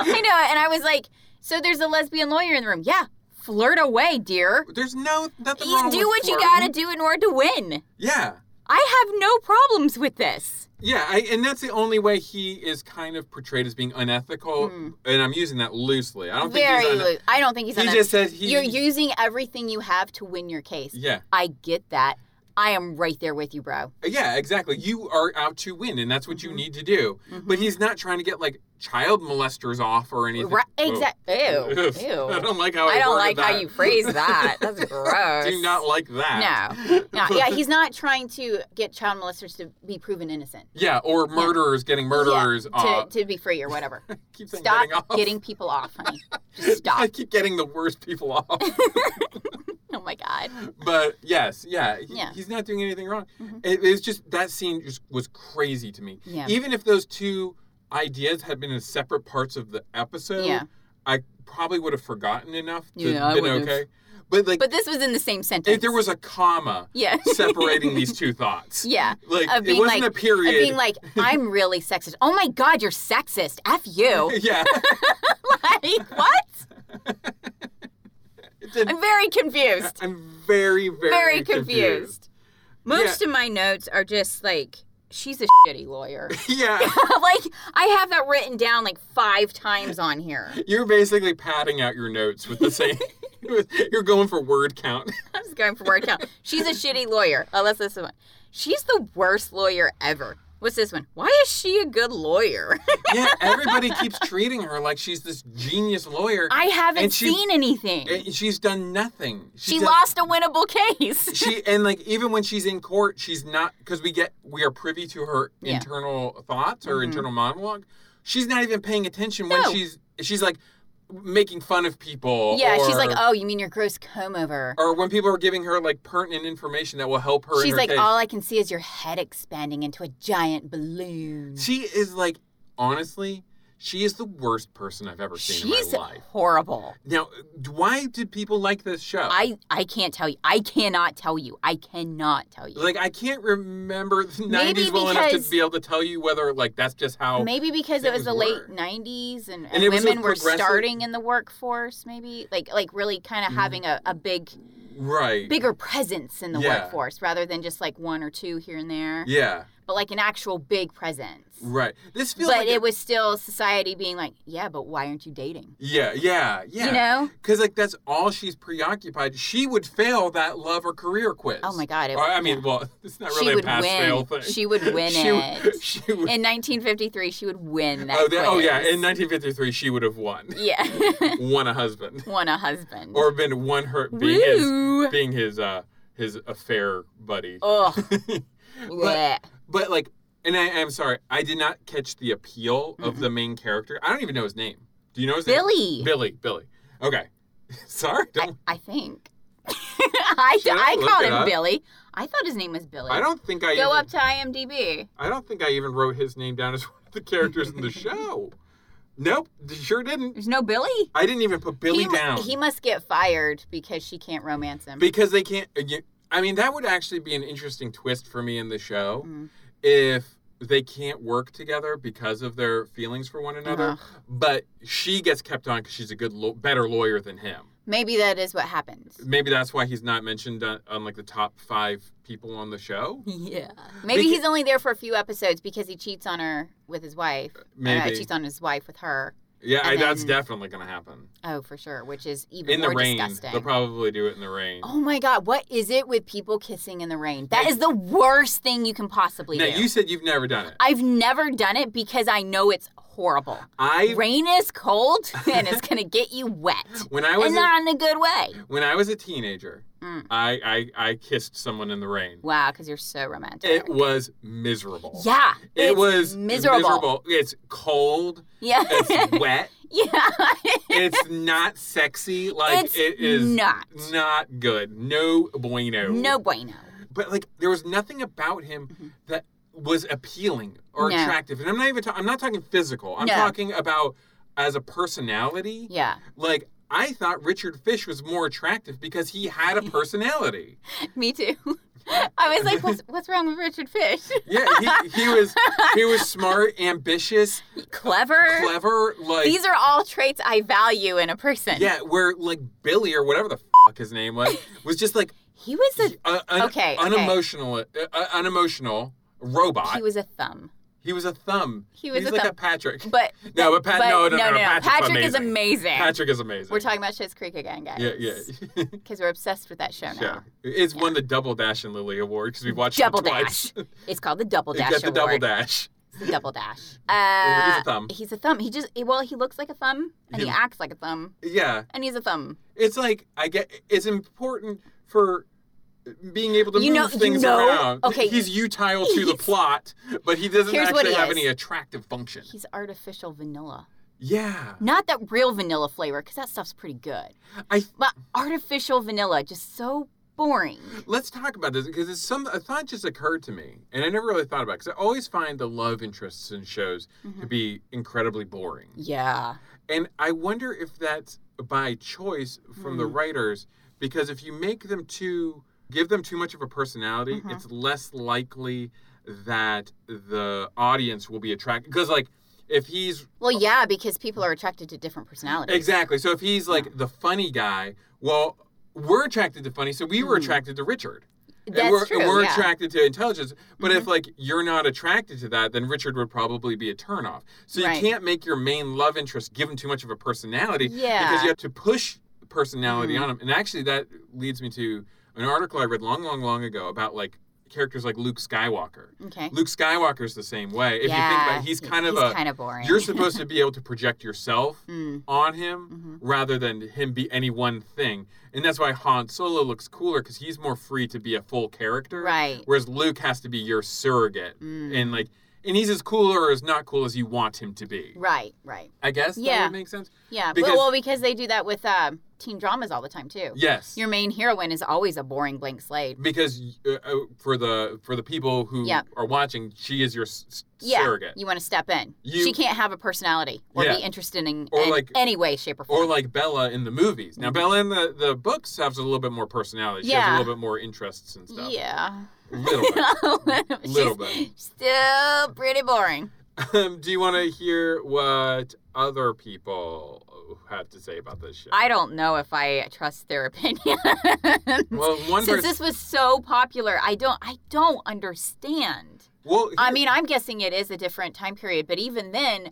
S2: I know. And I was like, so there's a lesbian lawyer in the room. Yeah, flirt away, dear.
S3: There's no nothing
S2: You
S3: wrong
S2: do
S3: with
S2: what you
S3: flirting.
S2: gotta do in order to win.
S3: Yeah.
S2: I have no problems with this.
S3: Yeah, I, and that's the only way he is kind of portrayed as being unethical, and I'm using that loosely. I don't
S2: Hmm. Very
S3: think he's
S2: loose. I don't think he's.
S3: He
S2: on that.
S3: just said he-
S2: You're using everything you have to win your case.
S3: Yeah,
S2: I get that. I am right there with you, bro.
S3: yeah, exactly. You are out to win, and that's what
S2: Mm-hmm.
S3: you need to do. But he's not trying to get like child molesters off or anything.
S2: Right?
S3: Whoa.
S2: Exactly. Ew. Ew.
S3: I don't like how
S2: I don't
S3: worded
S2: like how
S3: that.
S2: you phrase that. That's gross.
S3: do not like that.
S2: No. No. Yeah, he's not trying to get child molesters to be proven innocent.
S3: Yeah, or murderers getting murderers
S2: Yeah,
S3: off.
S2: to, to be free or whatever.
S3: keep saying
S2: Stop
S3: getting off.
S2: getting people off, honey. Just
S3: I
S2: stop.
S3: keep getting the worst people off.
S2: oh my god.
S3: but yes, yeah, he-
S2: Yeah. Mm-hmm.
S3: he's not doing anything wrong. It, it was just that scene just was crazy to me.
S2: Yeah.
S3: Even if those two ideas had been in separate parts of the episode,
S2: Yeah.
S3: I probably would have forgotten enough to
S2: Yeah, I
S3: been
S2: wouldn't have.
S3: okay. But like,
S2: But this was in the same sentence.
S3: if there was a comma
S2: Yeah.
S3: separating these two thoughts,
S2: Yeah.
S3: like
S2: Of
S3: it
S2: being
S3: wasn't
S2: like,
S3: a period.
S2: Of being like, I'm really sexist. Oh my god, you're sexist. F you.
S3: yeah,
S2: like, what?
S3: It did-
S2: I'm very confused.
S3: I'm very, very,
S2: Very confused. Most
S3: Yeah.
S2: of my notes are just like, she's a shitty lawyer.
S3: yeah,
S2: like, I have that written down like five times on here.
S3: you're basically padding out your notes with the same. you're going for word count.
S2: I'm just going for word count. She's a shitty lawyer. Oh, that's this one. She's the worst lawyer ever. What's this one? Why is she a good lawyer?
S3: yeah, everybody keeps treating her like she's this genius lawyer.
S2: I haven't
S3: And she- Eh,
S2: seen anything.
S3: and she's done nothing.
S2: she
S3: does-
S2: lost a winnable case.
S3: She and like even when she's in court, she's not because we get we are privy to her
S2: Yeah. Mm-hmm.
S3: internal thoughts, her internal monologue. She's not even paying attention when
S2: No.
S3: she's she's like making fun of people.
S2: Yeah, she's like,
S3: or-
S2: oh, you mean your gross comb over?
S3: Or when people are giving her like pertinent information that will help her. in
S2: She's
S3: her
S2: like, "Oh,
S3: case.
S2: all I can see is your head expanding into a giant balloon.
S3: she is like, honestly, she is the worst person I've ever seen
S2: She's
S3: in my life.
S2: horrible.
S3: Now, why did people like this show?
S2: I I can't tell you. I cannot tell you. I cannot tell you.
S3: Like I can't remember the
S2: Maybe
S3: nineties well enough to
S2: because-
S3: be able to tell you whether like that's just how
S2: maybe because
S3: Oh, it
S2: it was,
S3: was
S2: the
S3: work.
S2: late 90s and,
S3: And
S2: and,
S3: it was a
S2: women were
S3: progressive- Mm-hmm.
S2: starting in the workforce maybe like like really kind of having a, a big
S3: right.
S2: bigger presence in the
S3: Yeah.
S2: workforce rather than just like one or two here and there
S3: Yeah.
S2: but like an actual big presence
S3: Right. This feels
S2: but
S3: like
S2: it
S3: a-
S2: was still society being like yeah but why aren't you dating
S3: Yeah, yeah, yeah.
S2: you know
S3: Cause like that's all she's preoccupied. She would fail that love or career quiz.
S2: Oh my God, it
S3: Or, I
S2: would-
S3: mean, well, it's not
S2: she
S3: really a
S2: would
S3: pass fail
S2: win
S3: thing.
S2: she would win
S3: She
S2: it
S3: would- she would-
S2: in 1953 she would win that
S3: oh, that- oh
S2: quiz.
S3: yeah. In 1953, she would have won,
S2: yeah
S3: won a husband,
S2: won a husband
S3: or been one her being
S2: Woo.
S3: his being his uh his affair buddy.
S2: Ugh. Blech.
S3: But like, and I, I'm sorry, I did not catch the appeal of the main character. I don't even know his name. Do you know his
S2: Mm-hmm. Billy.
S3: name? Billy. Billy. Okay. sorry. Don't,
S2: I think. I,
S3: Should I
S2: I
S3: look
S2: called
S3: it
S2: him
S3: up?
S2: Billy. I thought his name was Billy.
S3: I, don't think I
S2: Go
S3: even,
S2: up to IMDb.
S3: I don't think I even wrote his name down as one of the characters in the show. Nope, sure didn't.
S2: There's no Billy.
S3: I didn't even put Billy
S2: he, mu-
S3: down
S2: he must get fired because she can't romance him.
S3: because they can't. uh, you- I mean, that would actually be an interesting twist for me in the show
S2: Mm.
S3: if they can't work together because of their feelings for one another. But she gets kept on because she's a good, law better lawyer than him.
S2: Maybe that is what happens.
S3: Maybe that's why he's not mentioned on, on like the top five people on the show.
S2: Yeah. Maybe
S3: Beca-
S2: he's only there for a few episodes because he cheats on her with his wife. Uh,
S3: Maybe.
S2: cheats on his wife with her.
S3: Yeah, I,
S2: And
S3: that's
S2: then-
S3: definitely gonna happen
S2: Oh, for sure. Which is even
S3: in the
S2: more
S3: rain.
S2: disgusting.
S3: They'll probably do it in the rain.
S2: oh my God. What is it with people kissing in the rain? That is the worst thing you can possibly
S3: now
S2: do.
S3: you said you've never done it.
S2: I've never done it because I know it's horrible.
S3: I
S2: Rain is cold and it's gonna get you wet,
S3: when I was
S2: and
S3: a-
S2: not in a good way.
S3: when I was a teenager,
S2: Mm.
S3: I, I I kissed someone in the rain.
S2: Wow, because you're so romantic.
S3: It was miserable.
S2: yeah,
S3: It
S2: it's
S3: was
S2: miserable.
S3: It's cold.
S2: Yeah,
S3: It's wet.
S2: yeah.
S3: It's not sexy. Like
S2: It's
S3: it is
S2: not.
S3: not good. No bueno.
S2: no bueno.
S3: But like there was nothing about him that was appealing or
S2: No.
S3: attractive. And I'm not even. Ta- I'm not talking physical. I'm
S2: No.
S3: talking about as a personality.
S2: Yeah,
S3: Like I thought Richard Fish was more attractive because he had a personality.
S2: me too. I was like, what's, what's wrong with Richard Fish?
S3: Yeah, he, he was he was smart, ambitious,
S2: Clever.
S3: clever. Like
S2: These are all traits I value in a person.
S3: yeah, where like Billy or whatever the fuck his name was was just like
S2: He was a
S3: uh, un-
S2: Okay, okay.
S3: unemotional, uh, uh, unemotional robot.
S2: he was a thumb.
S3: He was a thumb.
S2: He was
S3: He's
S2: a
S3: like
S2: thumb.
S3: a Patrick.
S2: But
S3: No, but Pat- no, no, no, no, Patrick's
S2: Patrick is
S3: amazing.
S2: amazing.
S3: Patrick is amazing.
S2: We're talking about Shit's Creek again, guys.
S3: Yeah, yeah.
S2: Because we're obsessed with that show now.
S3: yeah. It's won the Double Dash and Lily Award because we watched
S2: Double
S3: it twice.
S2: Dash. It's called the Double
S3: it
S2: Dash
S3: got the Double
S2: Award.
S3: Dash.
S2: It's the Double Dash. Uh,
S3: he's a thumb.
S2: He's a thumb. He just he- well, he looks like a thumb and he,
S3: He-
S2: acts like a thumb
S3: Yeah.
S2: and he's a thumb.
S3: It's like I get. It's important for being able to
S2: You
S3: move
S2: know- you
S3: things
S2: know-
S3: around.
S2: okay.
S3: He's utile to the
S2: He's-
S3: plot, but he doesn't
S2: Here's what
S3: actually
S2: he
S3: have
S2: is.
S3: any attractive function.
S2: He's artificial vanilla.
S3: Yeah.
S2: Not that real vanilla flavor, because that stuff's pretty good.
S3: I
S2: But artificial vanilla, just so boring.
S3: let's talk about this because it's some a thought just occurred to me, and I never really thought about because I always find the love interests in shows to be incredibly boring.
S2: Yeah.
S3: And I wonder if that's by choice from the writers, because if you make them too, give them too much of a personality,
S2: Mhm.
S3: it's less likely that the audience will be attracted. Because, like, if he's
S2: Well, yeah, because people are attracted to different personalities.
S3: exactly, so if he's like the funny guy, well, we're attracted to funny, so we were
S2: Mhm.
S3: attracted to Richard.
S2: That's
S3: and we're,
S2: true.
S3: and we're
S2: yeah. Mm-hmm.
S3: attracted to intelligence. But if like you're not attracted to that, then Richard would probably be a turnoff. So you
S2: Right.
S3: can't make your main love interest give him too much of a personality
S2: Yeah.
S3: because you have to push personality
S2: Mhm.
S3: on him. And actually, that leads me to an article I read long, long, long ago about like characters like Luke Skywalker.
S2: okay.
S3: Luke Skywalker's the same way. If you think
S2: yeah.
S3: about, it, he's kind of
S2: Mm-hmm. he's
S3: a
S2: kind of boring.
S3: you're supposed to be able to project yourself
S2: Mm.
S3: on him
S2: Mhm.
S3: rather than him be any one thing. And that's why Han Solo looks cooler because he's more free to be a full character.
S2: Right.
S3: Whereas Luke has to be your surrogate.
S2: Mm.
S3: And like and he's as cool or as not cool as you want him to be.
S2: Right, right.
S3: I guess
S2: Yeah.
S3: that would make sense.
S2: Yeah. but-
S3: Because-
S2: well, because they do that with um, teen dramas all the time, too.
S3: Yes.
S2: Your main heroine is always a boring blank slate.
S3: because uh, uh, for the for the people who
S2: Yep.
S3: are watching, she is your s- s-
S2: Yeah.
S3: surrogate.
S2: You want to step in.
S3: You-
S2: she can't have a personality or
S3: Yeah.
S2: be interested in,
S3: Or
S2: in
S3: like-
S2: any way, shape, or form.
S3: Or like Bella in the movies. Now Bella in the, the books has a little bit more personality. She has a
S2: Mm-hmm. Yeah.
S3: little bit more interests and stuff.
S2: yeah.
S3: Little bit. Little
S2: She's
S3: bit.
S2: Still pretty boring.
S3: Um, do you want to hear what other people have to say about this show?
S2: I don't know if I trust their opinion.
S3: well, one
S2: Since
S3: person.
S2: this was so popular, I don't I don't understand.
S3: well,
S2: I
S3: here-
S2: mean, I'm guessing it is a different time period, but even then,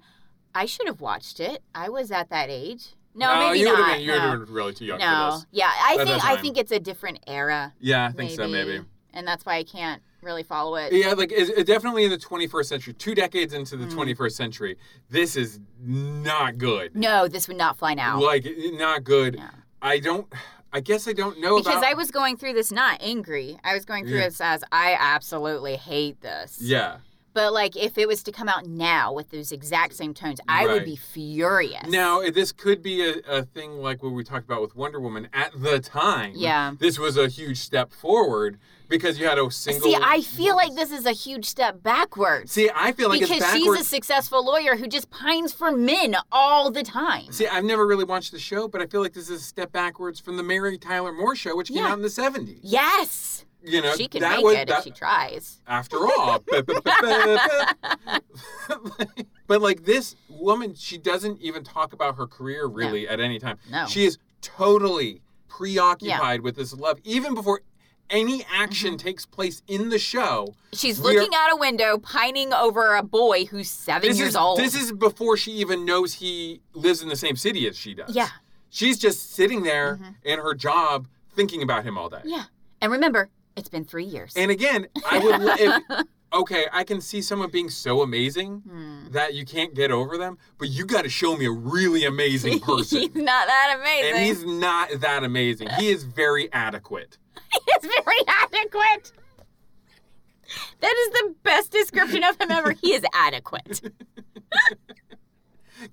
S2: I should have watched it. I was at that age. No, maybe
S3: uh, you
S2: not.
S3: Been, you
S2: no.
S3: would have been really too young for
S2: no.
S3: this.
S2: Yeah, I
S3: At
S2: think
S3: that
S2: I
S3: time.
S2: think it's a different era.
S3: Yeah, I think so. Maybe.
S2: And that's why I can't really follow it.
S3: Yeah, like it's, it's definitely in the 21st century. Two decades into the
S2: Mm.
S3: 21st century, this is not good.
S2: No, this would not fly now.
S3: Like not good.
S2: Yeah.
S3: I don't. I guess I don't know
S2: Because
S3: about.
S2: I was going through this not angry. I was going through
S3: Yeah.
S2: this as I absolutely hate this.
S3: yeah.
S2: But like if it was to come out now with those exact same tones, I would
S3: Right.
S2: be furious.
S3: Now eh, this could be a, a thing like what we talked about with Wonder Woman at the time.
S2: Yeah.
S3: This was a huge step forward because you had a single.
S2: See, I feel like this is a huge step backwards.
S3: See, I feel like it's
S2: because she's
S3: backwards.
S2: a successful lawyer who just pines for men all the time.
S3: See, I've never really watched the show, but I feel like this is a step backwards from the Mary Tyler Moore show, which came
S2: Yeah.
S3: out in the '70s.
S2: yes.
S3: You know,
S2: she can
S3: that
S2: make
S3: was
S2: it
S3: that-
S2: if she tries.
S3: after all. Bup, bup, bup, bup. but like this woman, she doesn't even talk about her career really at any time.
S2: No.
S3: She is totally preoccupied with this love, even before any action
S2: Mm-hmm.
S3: takes place in the show.
S2: She's
S3: We are-
S2: looking out a window, pining over a boy who's seven
S3: this
S2: years
S3: is
S2: old.
S3: this is before she even knows he lives in the same city as she does.
S2: Yeah. Mm-hmm.
S3: She's just sitting there in her job thinking about him all day.
S2: Yeah. And remember, it's been three years.
S3: And again, I would lo- if okay, I can see someone being so amazing
S2: Hmm.
S3: that you can't get over them, but you got to show me a really amazing person.
S2: he's not that amazing.
S3: and he's not that amazing. He is very adequate.
S2: It's very adequate. That is the best description of him ever. He is adequate.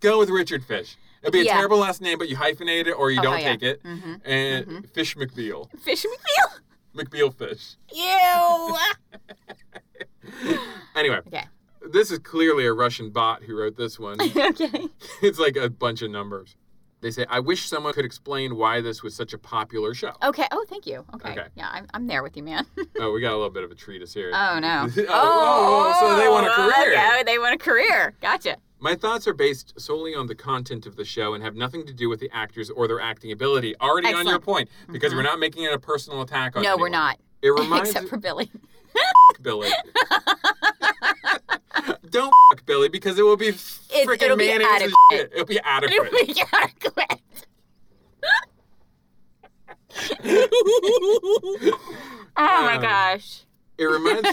S3: Go with Richard Fish. It'd be a
S2: Yeah.
S3: terrible last name, but you hyphenate it or you
S2: Oh,
S3: don't
S2: hell yeah. Mm-hmm.
S3: take it. And Fish McBeal.
S2: Fish McNeil.
S3: McBeal Fish.
S2: Ew.
S3: Anyway,
S2: Okay.
S3: this is clearly a Russian bot who wrote this one.
S2: okay.
S3: it's like a bunch of numbers. They say, I wish someone could explain why this was such a popular show.
S2: Okay. Oh, thank you. Okay.
S3: Okay.
S2: Yeah, I'm, I'm there with you, man.
S3: Oh, we got a little bit of a treatise here.
S2: Oh no.
S3: Oh, oh, so they want a career.
S2: Okay, oh, they want a career. Gotcha.
S3: My thoughts are based solely on the content of the show and have nothing to do with the actors or their acting ability. Already on your
S2: Excellent. Mm-hmm.
S3: point, because we're not making it a personal attack on
S2: no, we're
S3: anyone.
S2: not.
S3: It reminds
S2: Except for Billy.
S3: Billy. Don't f- Billy because it will be
S2: It-
S3: freaking
S2: it'll be
S3: mayonnaise and
S2: adequate.
S3: shit. It'll be adequate.
S2: we gotta quit. Oh my
S3: Um,
S2: gosh.
S3: It reminds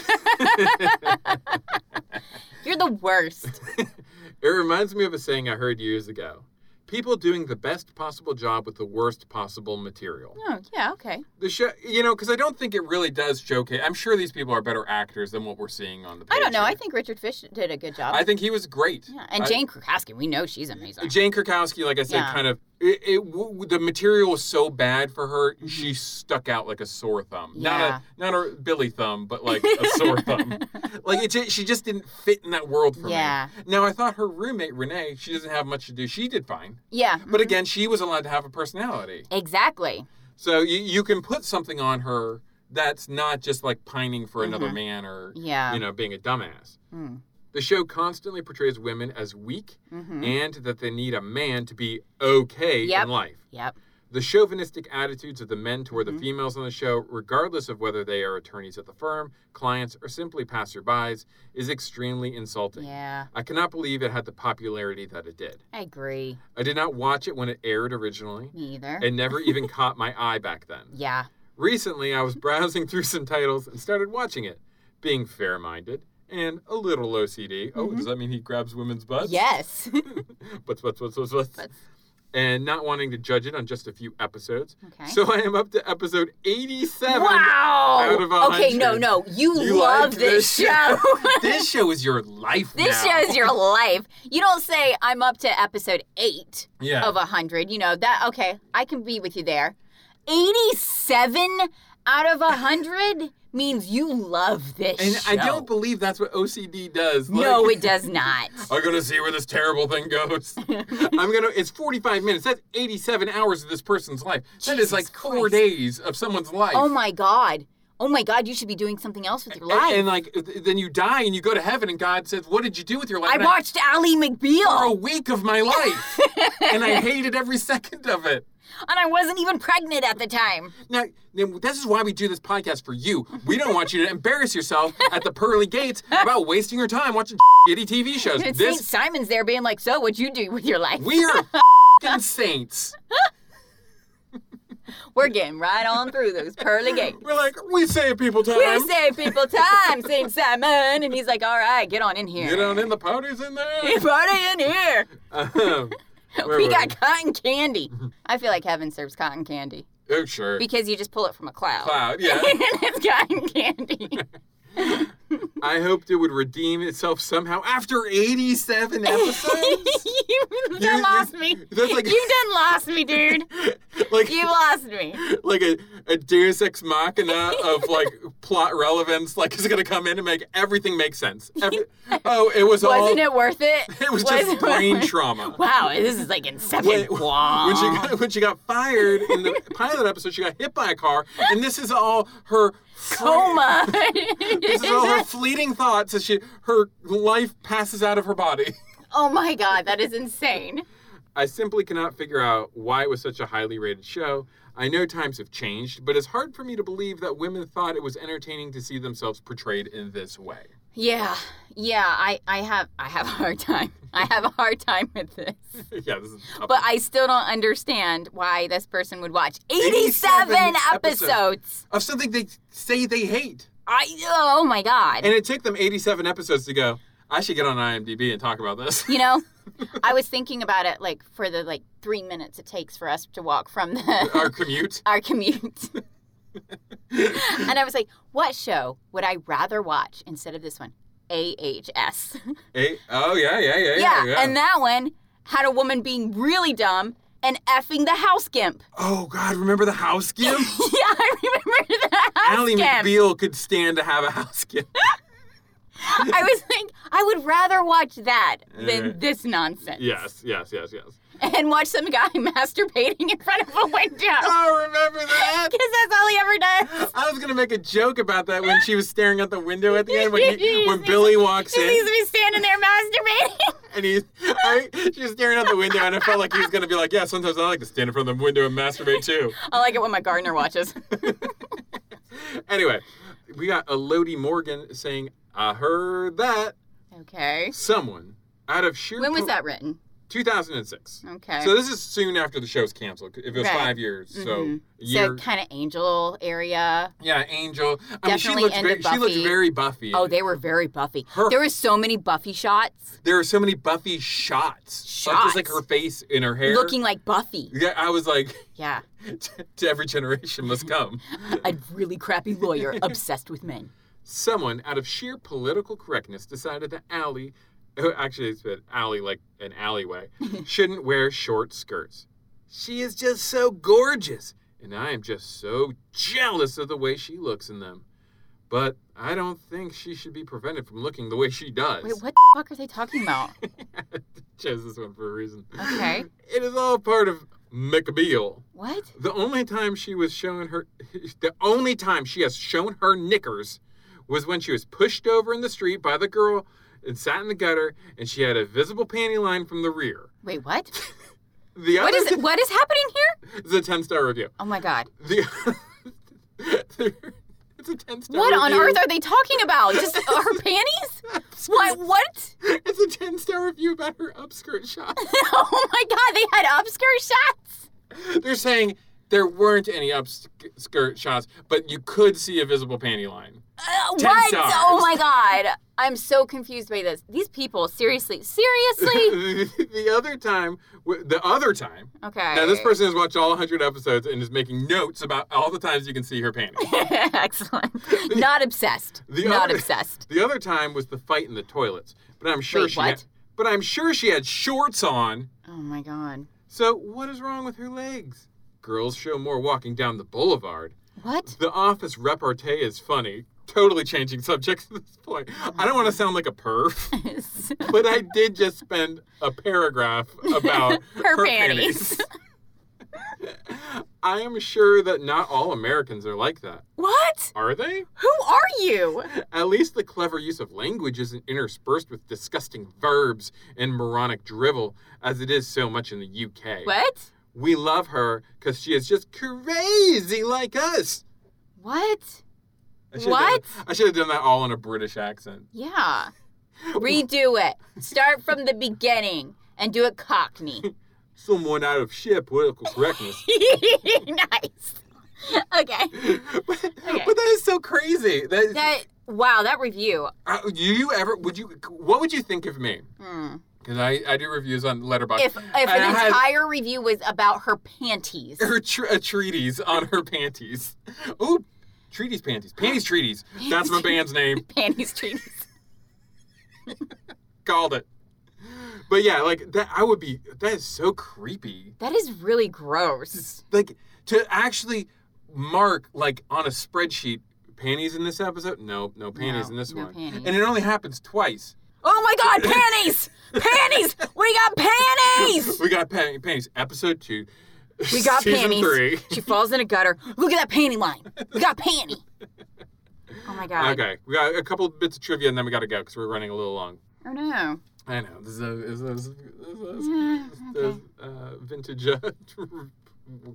S2: You're the worst.
S3: it reminds me of a saying I heard years ago. People doing the best possible job with the worst possible material.
S2: Oh, yeah, okay.
S3: The show, you know, because I don't think it really does showcase. I'm sure these people are better actors than what we're seeing on the. Page
S2: I don't know.
S3: here.
S2: I think Richard Fish did a good job.
S3: I think he was great.
S2: yeah. And
S3: I-
S2: Jane Krakowski, we know she's amazing.
S3: Jane Krakowski, like I said,
S2: Yeah.
S3: kind of it, it. w- w- The material was so bad for her, she stuck out like a sore thumb.
S2: Mm-hmm. Yeah.
S3: Not a not a Billy thumb, but like a sore thumb. Like it, ju- she just didn't fit in that world for
S2: Yeah.
S3: me. Now I thought her roommate Renee, she doesn't have much to do. She did fine,
S2: Yeah.
S3: but again, she was allowed to have a personality.
S2: Exactly.
S3: So you you can put something on her that's not just like pining for another man or
S2: Mm-hmm. Yeah.
S3: you know being a dumbass.
S2: Mm.
S3: The show constantly portrays women as weak
S2: hmm
S3: and that they need a man to be okay
S2: Yep.
S3: in life.
S2: Yep.
S3: The chauvinistic attitudes of the men toward
S2: Mm-hmm.
S3: the females on the show, regardless of whether they are attorneys at the firm, clients, or simply passerbys, is extremely insulting.
S2: Yeah.
S3: I cannot believe it had the popularity that it did.
S2: I agree.
S3: I did not watch it when it aired originally.
S2: Me either.
S3: It never even caught my eye back then.
S2: yeah.
S3: Recently, I was browsing through some titles and started watching it, being fair minded and a little OCD. Oh,
S2: Mm-hmm.
S3: does that mean he grabs women's butts?
S2: Yes.
S3: Butts, butts, butts, butts, butts.
S2: Butts.
S3: And not wanting to judge it on just a few episodes.
S2: Okay.
S3: So I am up to episode 87.
S2: wow.
S3: out of
S2: okay, no,
S3: 100.
S2: no. You,
S3: You
S2: love
S3: like
S2: this
S3: this
S2: show.
S3: This show is your life
S2: this
S3: now.
S2: shows your life. You don't say I'm up to episode 8
S3: Yeah.
S2: of a 100. You know, that okay, I can be with you there. 87 out of a 100 means you love this
S3: and
S2: show.
S3: I don't believe that's what OCD does.
S2: No,
S3: Like,
S2: it does not.
S3: I'm going to see where this terrible thing goes. I'm going to, it's 45 minutes. That's 87 hours of this person's life. that is
S2: Jesus
S3: like four
S2: Christ.
S3: days of someone's life.
S2: Oh my god. Oh my god, you should be doing something else with your
S3: And,
S2: life.
S3: and like, th- then you die and you go to heaven, and God says, What did you do with your life?
S2: I
S3: And
S2: watched Ally
S3: for a
S2: McBeal
S3: week of my life. and I hated every second of it.
S2: and I wasn't even pregnant at the time.
S3: Now, now, this is why we do this podcast for you. We don't want you to embarrass yourself at the pearly gates about wasting your time watching shitty TV shows.
S2: And St.
S3: This
S2: Simon's there being like, "So, what'd you do with your life?"
S3: we are fing saints.
S2: We're getting right on through those pearly gates.
S3: We're like we save people time.
S2: We save people time, St. Simon. And he's like, all right, get on in here.
S3: Get on in the parties in there.
S2: Hey, Party in here.
S3: Um, where
S2: we
S3: were
S2: Oh, got cotton candy.
S3: Mm-hmm.
S2: I feel like heaven serves cotton candy
S3: Oh sure.
S2: because you just pull it from a cloud.
S3: Cloud. Yeah.
S2: and it's cotton candy.
S3: I hoped it would redeem itself somehow after 87 episodes.
S2: you done
S3: You- you-
S2: lost me.
S3: that's like-
S2: you done lost me, dude.
S3: like
S2: You lost me.
S3: like a, a Deus Ex Machina of like plot relevance. Like, is it gonna come in and make everything make sense? Every- oh, it was all.
S2: Wasn't it worth it?
S3: it was just
S2: Wasn't it
S3: brain
S2: worth it?
S3: trauma.
S2: Wow, this is like Inception.
S3: Wait,
S2: wow.
S3: When she got, when she got fired in the pilot episode, she got hit by a car, and this is all her fre-
S2: Coma.
S3: This is all her fleeting thoughts as she her life passes out of her body.
S2: oh my god, that is insane.
S3: I simply cannot figure out why it was such a highly rated show. I know times have changed, but it's hard for me to believe that women thought it was entertaining to see themselves portrayed in this way.
S2: Yeah, yeah. I, I have I have a hard time. I have a hard time with this.
S3: yeah, this is tough.
S2: But I still don't understand why this person would watch 87
S3: 87 episodes.
S2: episodes.
S3: of something they say they hate.
S2: I oh my god.
S3: And it took them 87 episodes to go, I should get on IMDb and talk about this.
S2: You know, I was thinking about it like for the like 3 minutes it takes for us to walk from the
S3: Our commute.
S2: our commute. and I was like, what show would I rather watch instead of this one? AHS.
S3: Eight. Oh, yeah, yeah, yeah, yeah.
S2: Yeah, and that one had a woman being really dumb and effing the house gimp.
S3: oh, God, remember the house gimp?
S2: yeah, I remember the house
S3: Allie
S2: gimp.
S3: McBeal could stand to have a house gimp.
S2: I was like, I would rather watch that
S3: Alright.
S2: than this nonsense.
S3: yes, yes, yes, yes.
S2: and watch some guy masturbating in front of a window.
S3: Oh, remember that?
S2: Because that's all he ever does.
S3: I was gonna make a joke about that when she was staring out the window at the end when he, when Billy walks
S2: He sees
S3: in
S2: me standing there masturbating.
S3: and he's I, she was staring out the window and I felt like he was gonna be like, yeah, sometimes I like to stand in front of the window and masturbate too.
S2: I like it when my gardener watches.
S3: Anyway, we got Elodie Morgan saying, "I heard that
S2: Okay.
S3: someone out of sheer
S2: When was
S3: co-
S2: that written?
S3: 2006."
S2: Okay.
S3: So this is soon after the show's canceled. If it was
S2: Right.
S3: five years, so
S2: Mhm.
S3: year,
S2: kind of angel area.
S3: yeah, Angel. I mean, she
S2: Definitely
S3: looks
S2: end
S3: very,
S2: of
S3: she looks
S2: Buffy.
S3: very Buffy.
S2: Oh, they were very Buffy.
S3: Her-
S2: There were so many Buffy shots
S3: there are so many Buffy shots. Like,
S2: Shots.
S3: just like her face in her hair.
S2: looking like Buffy.
S3: Yeah, I was like,
S2: Yeah.
S3: to every generation must come.
S2: A really crappy lawyer obsessed with men.
S3: Someone out of sheer political correctness decided that Allie, oh, actually it's an alley like an alleyway, shouldn't wear short skirts. She is just so gorgeous, and I am just so jealous of the way she looks in them. But I don't think she should be prevented from looking the way she does.
S2: Wait, what the fuck are they talking about?
S3: Chose this one for a reason.
S2: Okay.
S3: It is all part of McBeal.
S2: What?
S3: The only time she was shown her, the only time she has shown her knickers was when she was pushed over in the street by the girl and sat in the gutter and she had a visible panty line from the rear.
S2: Wait, what?
S3: The
S2: What
S3: other
S2: is what is happening here?
S3: It's a 10 star review.
S2: Oh my god.
S3: The, it's a 10 star
S2: What
S3: review.
S2: on earth are they talking about? Just her panties? What what?
S3: It's a 10 star review about her upskirt shot.
S2: Oh my god, they had upskirt shots.
S3: They're saying there weren't any upskirt shots, but you could see a visible panty line.
S2: Uh,
S3: Ten
S2: what?
S3: stars.
S2: Oh my god. I'm so confused by this. These people, seriously. Seriously?
S3: the other time, the other time,
S2: Okay.
S3: Now this person has watched all 100 episodes and is making notes about all the times you can see her panties.
S2: Excellent. Not obsessed.
S3: The
S2: Not
S3: other-
S2: obsessed.
S3: the other time was the fight in the toilets, but I'm sure
S2: Wait,
S3: she.
S2: what?
S3: Had, but I'm sure she had shorts on.
S2: Oh my god.
S3: So what is wrong with her legs? Girls show more walking down the boulevard.
S2: What?
S3: The office repartee is funny. Totally changing subjects at this point. I don't
S2: Mm-hmm.
S3: want to sound like a perf, but I did just spend a paragraph about
S2: Her panties.
S3: panties. I am sure that not all Americans are like that.
S2: what?
S3: Are they?
S2: Who are you?
S3: At least the clever use of language isn't interspersed with disgusting verbs and moronic drivel as it is so much in the UK.
S2: What?
S3: We love her because she is just crazy like us.
S2: What?
S3: I should've done-
S2: What?
S3: I should have done that all in a British accent.
S2: Yeah. Redo it. Start from the beginning and do it cockney.
S3: Someone out of sheer political correctness.
S2: nice. Okay.
S3: but, but that is so crazy. That, is-
S2: That wow, that review.
S3: uh, do you ever would you what would you think of me?
S2: Mm.
S3: Because I, I do reviews on Letterboxd.
S2: If if
S3: And I
S2: an
S3: had-
S2: entire review was about her panties.
S3: her tr- a treatise on her panties. Ooh, treatise panties. Panties treatise. That's my band's name.
S2: Panties treaties.
S3: Called it. But yeah, like that I would be that is so creepy.
S2: That is really gross.
S3: Like to actually mark like on a spreadsheet panties in this episode? No, no panties
S2: No,
S3: in this
S2: no
S3: one.
S2: panties.
S3: And it only happens twice.
S2: Oh my god, panties! panties! We got panties!
S3: We got pan- panties episode 2.
S2: We got
S3: season
S2: panties.
S3: 3.
S2: She falls in a gutter. Look at that panty line. We got panty. Oh my god.
S3: Okay, we got a couple bits of trivia and then we got to go cuz we're running a little long.
S2: Oh no.
S3: I know. This is a, this is a, this is a,
S2: Yeah,
S3: this is a uh, vintage. Uh,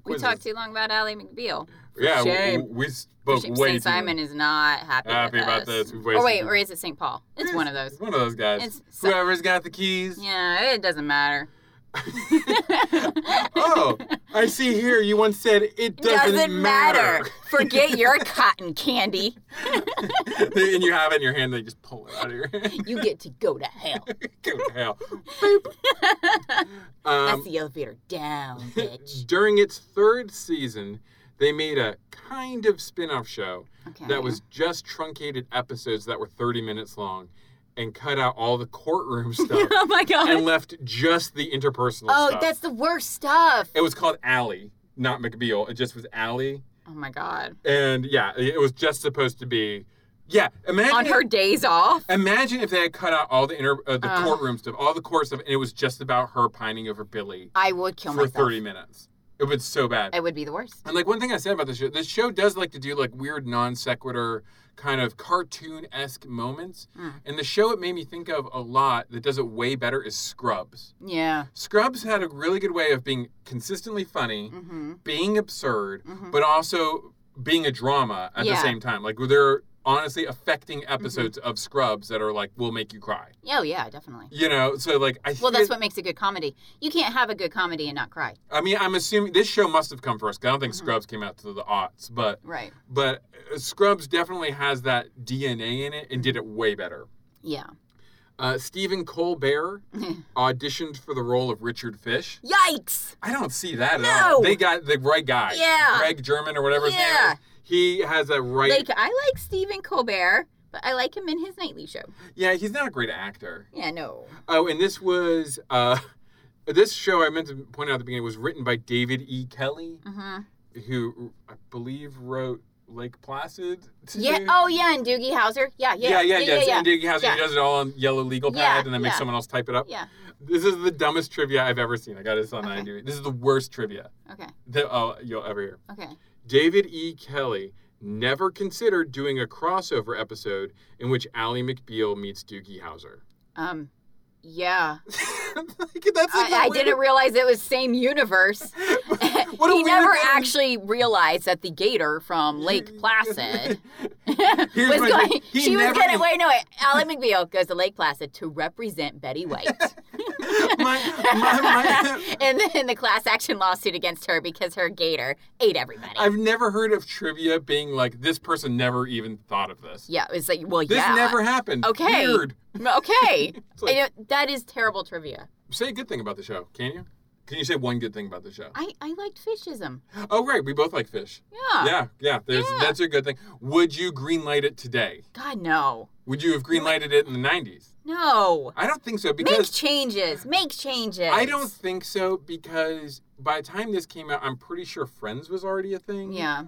S2: We talked too long about Ally McBeal.
S3: Yeah,
S2: shame.
S3: We, we spoke
S2: St.
S3: way too
S2: Simon is not happy.
S3: Happy
S2: with
S3: about
S2: us.
S3: this. We've
S2: Or wait,
S3: wasted-
S2: or is it St. Paul? It's one of those.
S3: It's one of those guys.
S2: It's so-
S3: Whoever's got the keys.
S2: Yeah, it doesn't matter.
S3: Oh, I see here. You once said it doesn't, matter.
S2: Forget your cotton candy.
S3: and you have it in your hand. They just pull it out of your hand.
S2: You get to go to hell.
S3: Go to hell. Boop.
S2: That's
S3: Um,
S2: the elevator down, bitch.
S3: during its third season, they made a kind of spin-off show
S2: Okay.
S3: that was just truncated episodes that were 30 minutes long and cut out all the courtroom stuff
S2: Oh my
S3: and
S2: god.
S3: left just the interpersonal
S2: Oh,
S3: stuff.
S2: that's the worst stuff.
S3: It was called Alley, not McBeal. It just was Alley.
S2: Oh my god.
S3: And yeah, it was just supposed to be Yeah, imagine
S2: on
S3: if-
S2: her days off.
S3: Imagine if they had cut out all the inter, uh, the
S2: Ugh.
S3: courtroom stuff, all the court stuff, and it was just about her pining over Billy
S2: I would kill
S3: for
S2: myself.
S3: thirty minutes. It was so bad.
S2: It would be the worst.
S3: And like one thing I said about this show, this show does like to do like weird non sequitur kind of cartoon esque moments.
S2: Mm.
S3: And the show it made me think of a lot that does it way better is Scrubs.
S2: Yeah.
S3: Scrubs had a really good way of being consistently funny,
S2: Mm-hmm.
S3: being absurd,
S2: Mhm.
S3: but also being a drama at
S2: Yeah. Mm-hmm.
S3: the same time. Like there are honestly affecting episodes of Scrubs that are like will make you cry.
S2: Oh yeah, definitely.
S3: You know, so like I
S2: Well,
S3: think
S2: that's
S3: it-
S2: what makes a good comedy. You can't have a good comedy and not cry.
S3: I mean. I'm assuming this show must have come first. 'cause I don't think
S2: Mhm.
S3: Scrubs came out to the aughts, but
S2: Right.
S3: but uh, Scrubs definitely has that DNA in it and did it way better.
S2: Yeah.
S3: Uh, Stephen Colbert auditioned for the role of Richard Fish.
S2: Yikes.
S3: I don't see that at
S2: No!
S3: all. They got the right guy.
S2: Yeah.
S3: Greg German or whatever his
S2: Yeah.
S3: name is. He has a right.
S2: Like I like Stephen Colbert, but I like him in his nightly show.
S3: yeah, he's not a great actor.
S2: Yeah. No.
S3: Oh, and this was. Uh, this show I meant to point out at the beginning was written by David E. Kelly,
S2: Mm-hmm.
S3: who I believe wrote Lake Placid. too.
S2: Yeah. Oh yeah, and Doogie Howser. Yeah. Yeah.
S3: Yeah, yeah,
S2: Yeah.
S3: yeah.
S2: yeah.
S3: And Doogie Howser
S2: Yeah.
S3: he does it all on yellow legal pad
S2: Yeah,
S3: and then makes
S2: yeah.
S3: someone else type it up.
S2: Yeah.
S3: This is the dumbest trivia I've ever seen. I got this on
S2: Okay.
S3: IMDb. E. This is the worst trivia
S2: Okay.
S3: that oh, you'll ever hear.
S2: Okay.
S3: David E. Kelly never considered doing a crossover episode in which Ally McBeal meets Doogie Howser.
S2: Um. Yeah.
S3: Like, that's like
S2: I, I
S3: a weird-
S2: didn't realize it was same universe.
S3: What a
S2: he
S3: weird
S2: never
S3: thing.
S2: actually realized that the gator from Lake Placid
S3: Here's
S2: was
S3: my
S2: going.
S3: thing. He
S2: she was
S3: never-
S2: going. to Wait, no, wait. Alan McBeal goes to Lake Placid to represent Betty White
S3: my, my, my,
S2: in, the, in the class action lawsuit against her because her gator ate everybody.
S3: I've never heard of trivia being like this person never even thought of this.
S2: yeah, it was like, well,
S3: This
S2: yeah.
S3: never happened.
S2: Okay.
S3: Weird.
S2: Okay.
S3: It's like-
S2: I know, that is terrible trivia.
S3: Say a good thing about the show, can you? Can you say one good thing about the show?
S2: I, I liked fishism.
S3: Oh, right. We both like fish.
S2: Yeah.
S3: yeah, yeah. There's
S2: Yeah.
S3: that's a good thing. Would you greenlight it today?
S2: God, no.
S3: Would you have greenlighted it in the '90s?
S2: No.
S3: I don't think so
S2: Make
S3: because
S2: changes. Make changes.
S3: I don't think so because by the time this came out, I'm pretty sure Friends was already a thing.
S2: Yeah.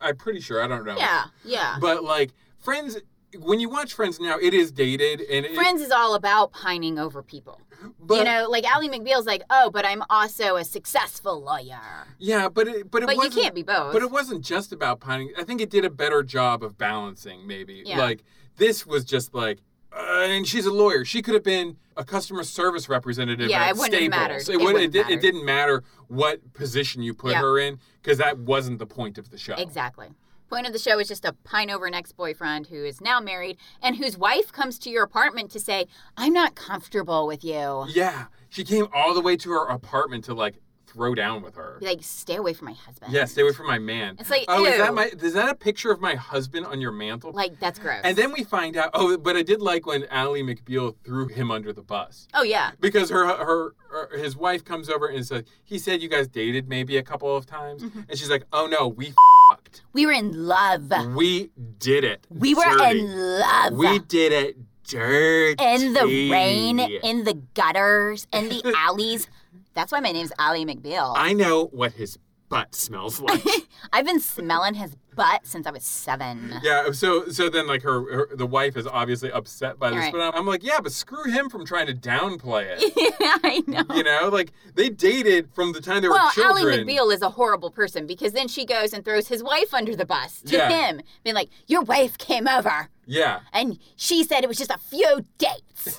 S3: I'm pretty sure. I don't know.
S2: Yeah. Yeah.
S3: But like Friends, when you watch Friends now, it is dated and it,
S2: Friends is all about pining over people.
S3: But,
S2: you know, like Ally McBeal's like, oh, but I'm also a successful lawyer.
S3: Yeah, but it, but it
S2: But you
S3: wasn't-
S2: can't be both.
S3: But it wasn't just about pining. I think it did a better job of balancing, maybe.
S2: Yeah.
S3: Like, this was just like, uh, and she's a lawyer. She could have been a customer service representative
S2: Yeah,
S3: at
S2: it wouldn't have
S3: Staples.
S2: mattered. It
S3: It, would,
S2: wouldn't
S3: it, did,
S2: mattered.
S3: it didn't matter what position you put
S2: Yeah.
S3: her in because that wasn't the point of the show.
S2: Exactly. Point of the show is just a pine over an ex boyfriend who is now married and whose wife comes to your apartment to say, I'm not comfortable with you.
S3: Yeah. She came all the way to her apartment to, like, throw down with her.
S2: Be like, stay away from my husband.
S3: Yeah, stay away from my man.
S2: It's like,
S3: oh, is
S2: ew.
S3: that my? Is that a picture of my husband on your mantle?
S2: Like, that's gross.
S3: and then we find out. Oh, but I did like when Ally McBeal threw him under the bus.
S2: oh, yeah.
S3: because her, her her his wife comes over and says he said you guys dated maybe a couple of times
S2: Mm-hmm.
S3: and she's like oh no we fucked
S2: We were in love.
S3: we did it
S2: We were
S3: dirty.
S2: in love.
S3: we did it dirty
S2: in the rain, in the gutters, in the alleys. That's why my name's Ally McBeal.
S3: I know what his butt smells like
S2: I've been smelling his butt since I was seven.
S3: yeah so so then like her, her the wife is obviously upset by this
S2: Right.
S3: but I'm, I'm like yeah but screw him from trying to downplay it
S2: I know.
S3: you know like they dated from the time they
S2: Well,
S3: were
S2: Ally
S3: children
S2: McBeal is a horrible person because then she goes and throws his wife under the bus to
S3: Yeah.
S2: him, being like, "Your wife came over
S3: yeah
S2: and she said it was just a few dates.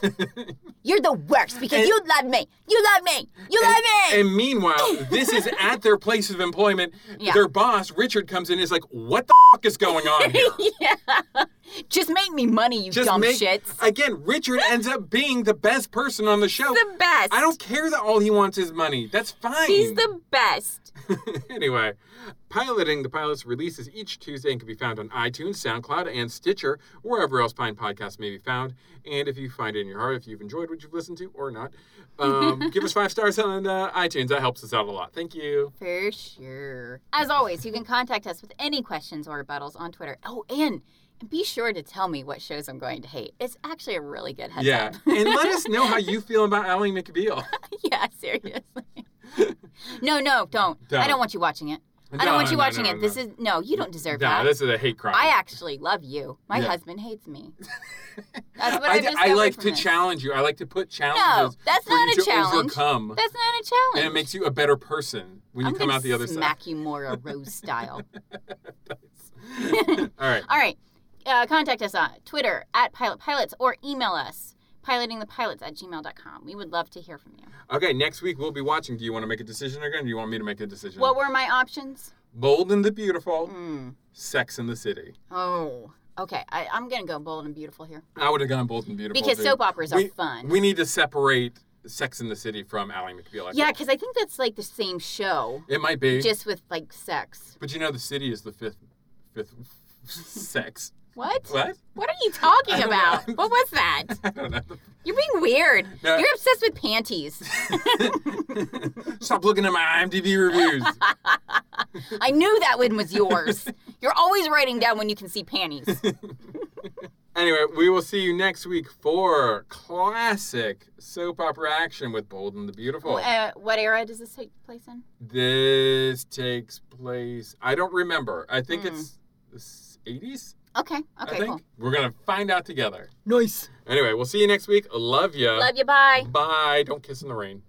S2: You're the worst because
S3: And-
S2: you love me. You love me. You love me."
S3: And meanwhile, this is at their place of employment.
S2: Yeah.
S3: Their boss, Richard, comes in and is like, What the fuck is going on here?
S2: just make me money, you
S3: Just
S2: dumb
S3: make-
S2: shits.
S3: Again, Richard ends up being the best person on the show.
S2: the best.
S3: I don't care that all he wants is money. That's fine.
S2: He's the best.
S3: anyway, Piloting the Pilots releases each Tuesday and can be found on iTunes, SoundCloud, and Stitcher, wherever else fine podcasts may be found. And if you find it in your heart, if you've enjoyed what you've listened to or not, um, give us five stars on uh, iTunes. That helps us out a lot. Thank you.
S2: For sure. As always, you can contact us with any questions or rebuttals on Twitter. Oh, and be sure to tell me what shows I'm going to hate. It's actually a really good heads
S3: yeah.
S2: up.
S3: and let us know how you feel about Ally McBeal.
S2: yeah, seriously. no, no, don't. I
S3: Don't.
S2: don't want you watching it. I don't
S3: No,
S2: want you
S3: no,
S2: watching
S3: no,
S2: it.
S3: no.
S2: This is no, you don't deserve that.
S3: Nah, this is a hate crime.
S2: I actually love you. My
S3: Yeah.
S2: husband hates me. That's what
S3: I,
S2: I,
S3: d- I
S2: discovered
S3: like
S2: from
S3: to
S2: this.
S3: challenge you. I like to put
S2: No,
S3: challenges
S2: that's
S3: for
S2: not
S3: you
S2: a
S3: to
S2: challenge.
S3: overcome,
S2: That's not a challenge.
S3: and it makes you a better person when you
S2: I'm
S3: come
S2: gonna
S3: out the other
S2: smack you more a rose style.
S3: side. All right.
S2: All right. Uh, contact us on Twitter at Pilot Pilots or email us pilotingthepilots at gmail.com. We would love to hear from you.
S3: Okay. Next week we'll be watching. Do you want to make a decision again? Or do you want me to make a decision?
S2: What were my options?
S3: Bold and the Beautiful,
S2: Mm.
S3: Sex and the City.
S2: Oh, okay. I, I'm going to go bold and beautiful here
S3: I would have gone Bold and Beautiful
S2: because
S3: too.
S2: soap operas are
S3: we,
S2: fun.
S3: We need to separate Sex and the City from Ally McBeal. I
S2: yeah,
S3: think.
S2: because I think that's like the same show,
S3: It might be.
S2: just with like sex.
S3: but you know, the city is the fifth, fifth sex.
S2: What?
S3: What?
S2: What are you
S3: I
S2: talking
S3: don't
S2: about?
S3: know.
S2: What was that?
S3: I don't know.
S2: You're being weird.
S3: No.
S2: You're obsessed with panties.
S3: Stop looking at my IMDb reviews.
S2: I knew that one was yours. You're always writing down when you can see panties.
S3: anyway, we will see you next week for classic soap opera action with Bold and the Beautiful.
S2: Uh, what era does this take place in?
S3: this takes place. I don't remember. I think it's the s- 80s.
S2: Okay.
S3: I
S2: Okay.
S3: think
S2: Cool.
S3: we're gonna find out together.
S2: Nice.
S3: Anyway, we'll see you next week. Love ya.
S2: Love you. Bye.
S3: Bye. Don't kiss in the rain.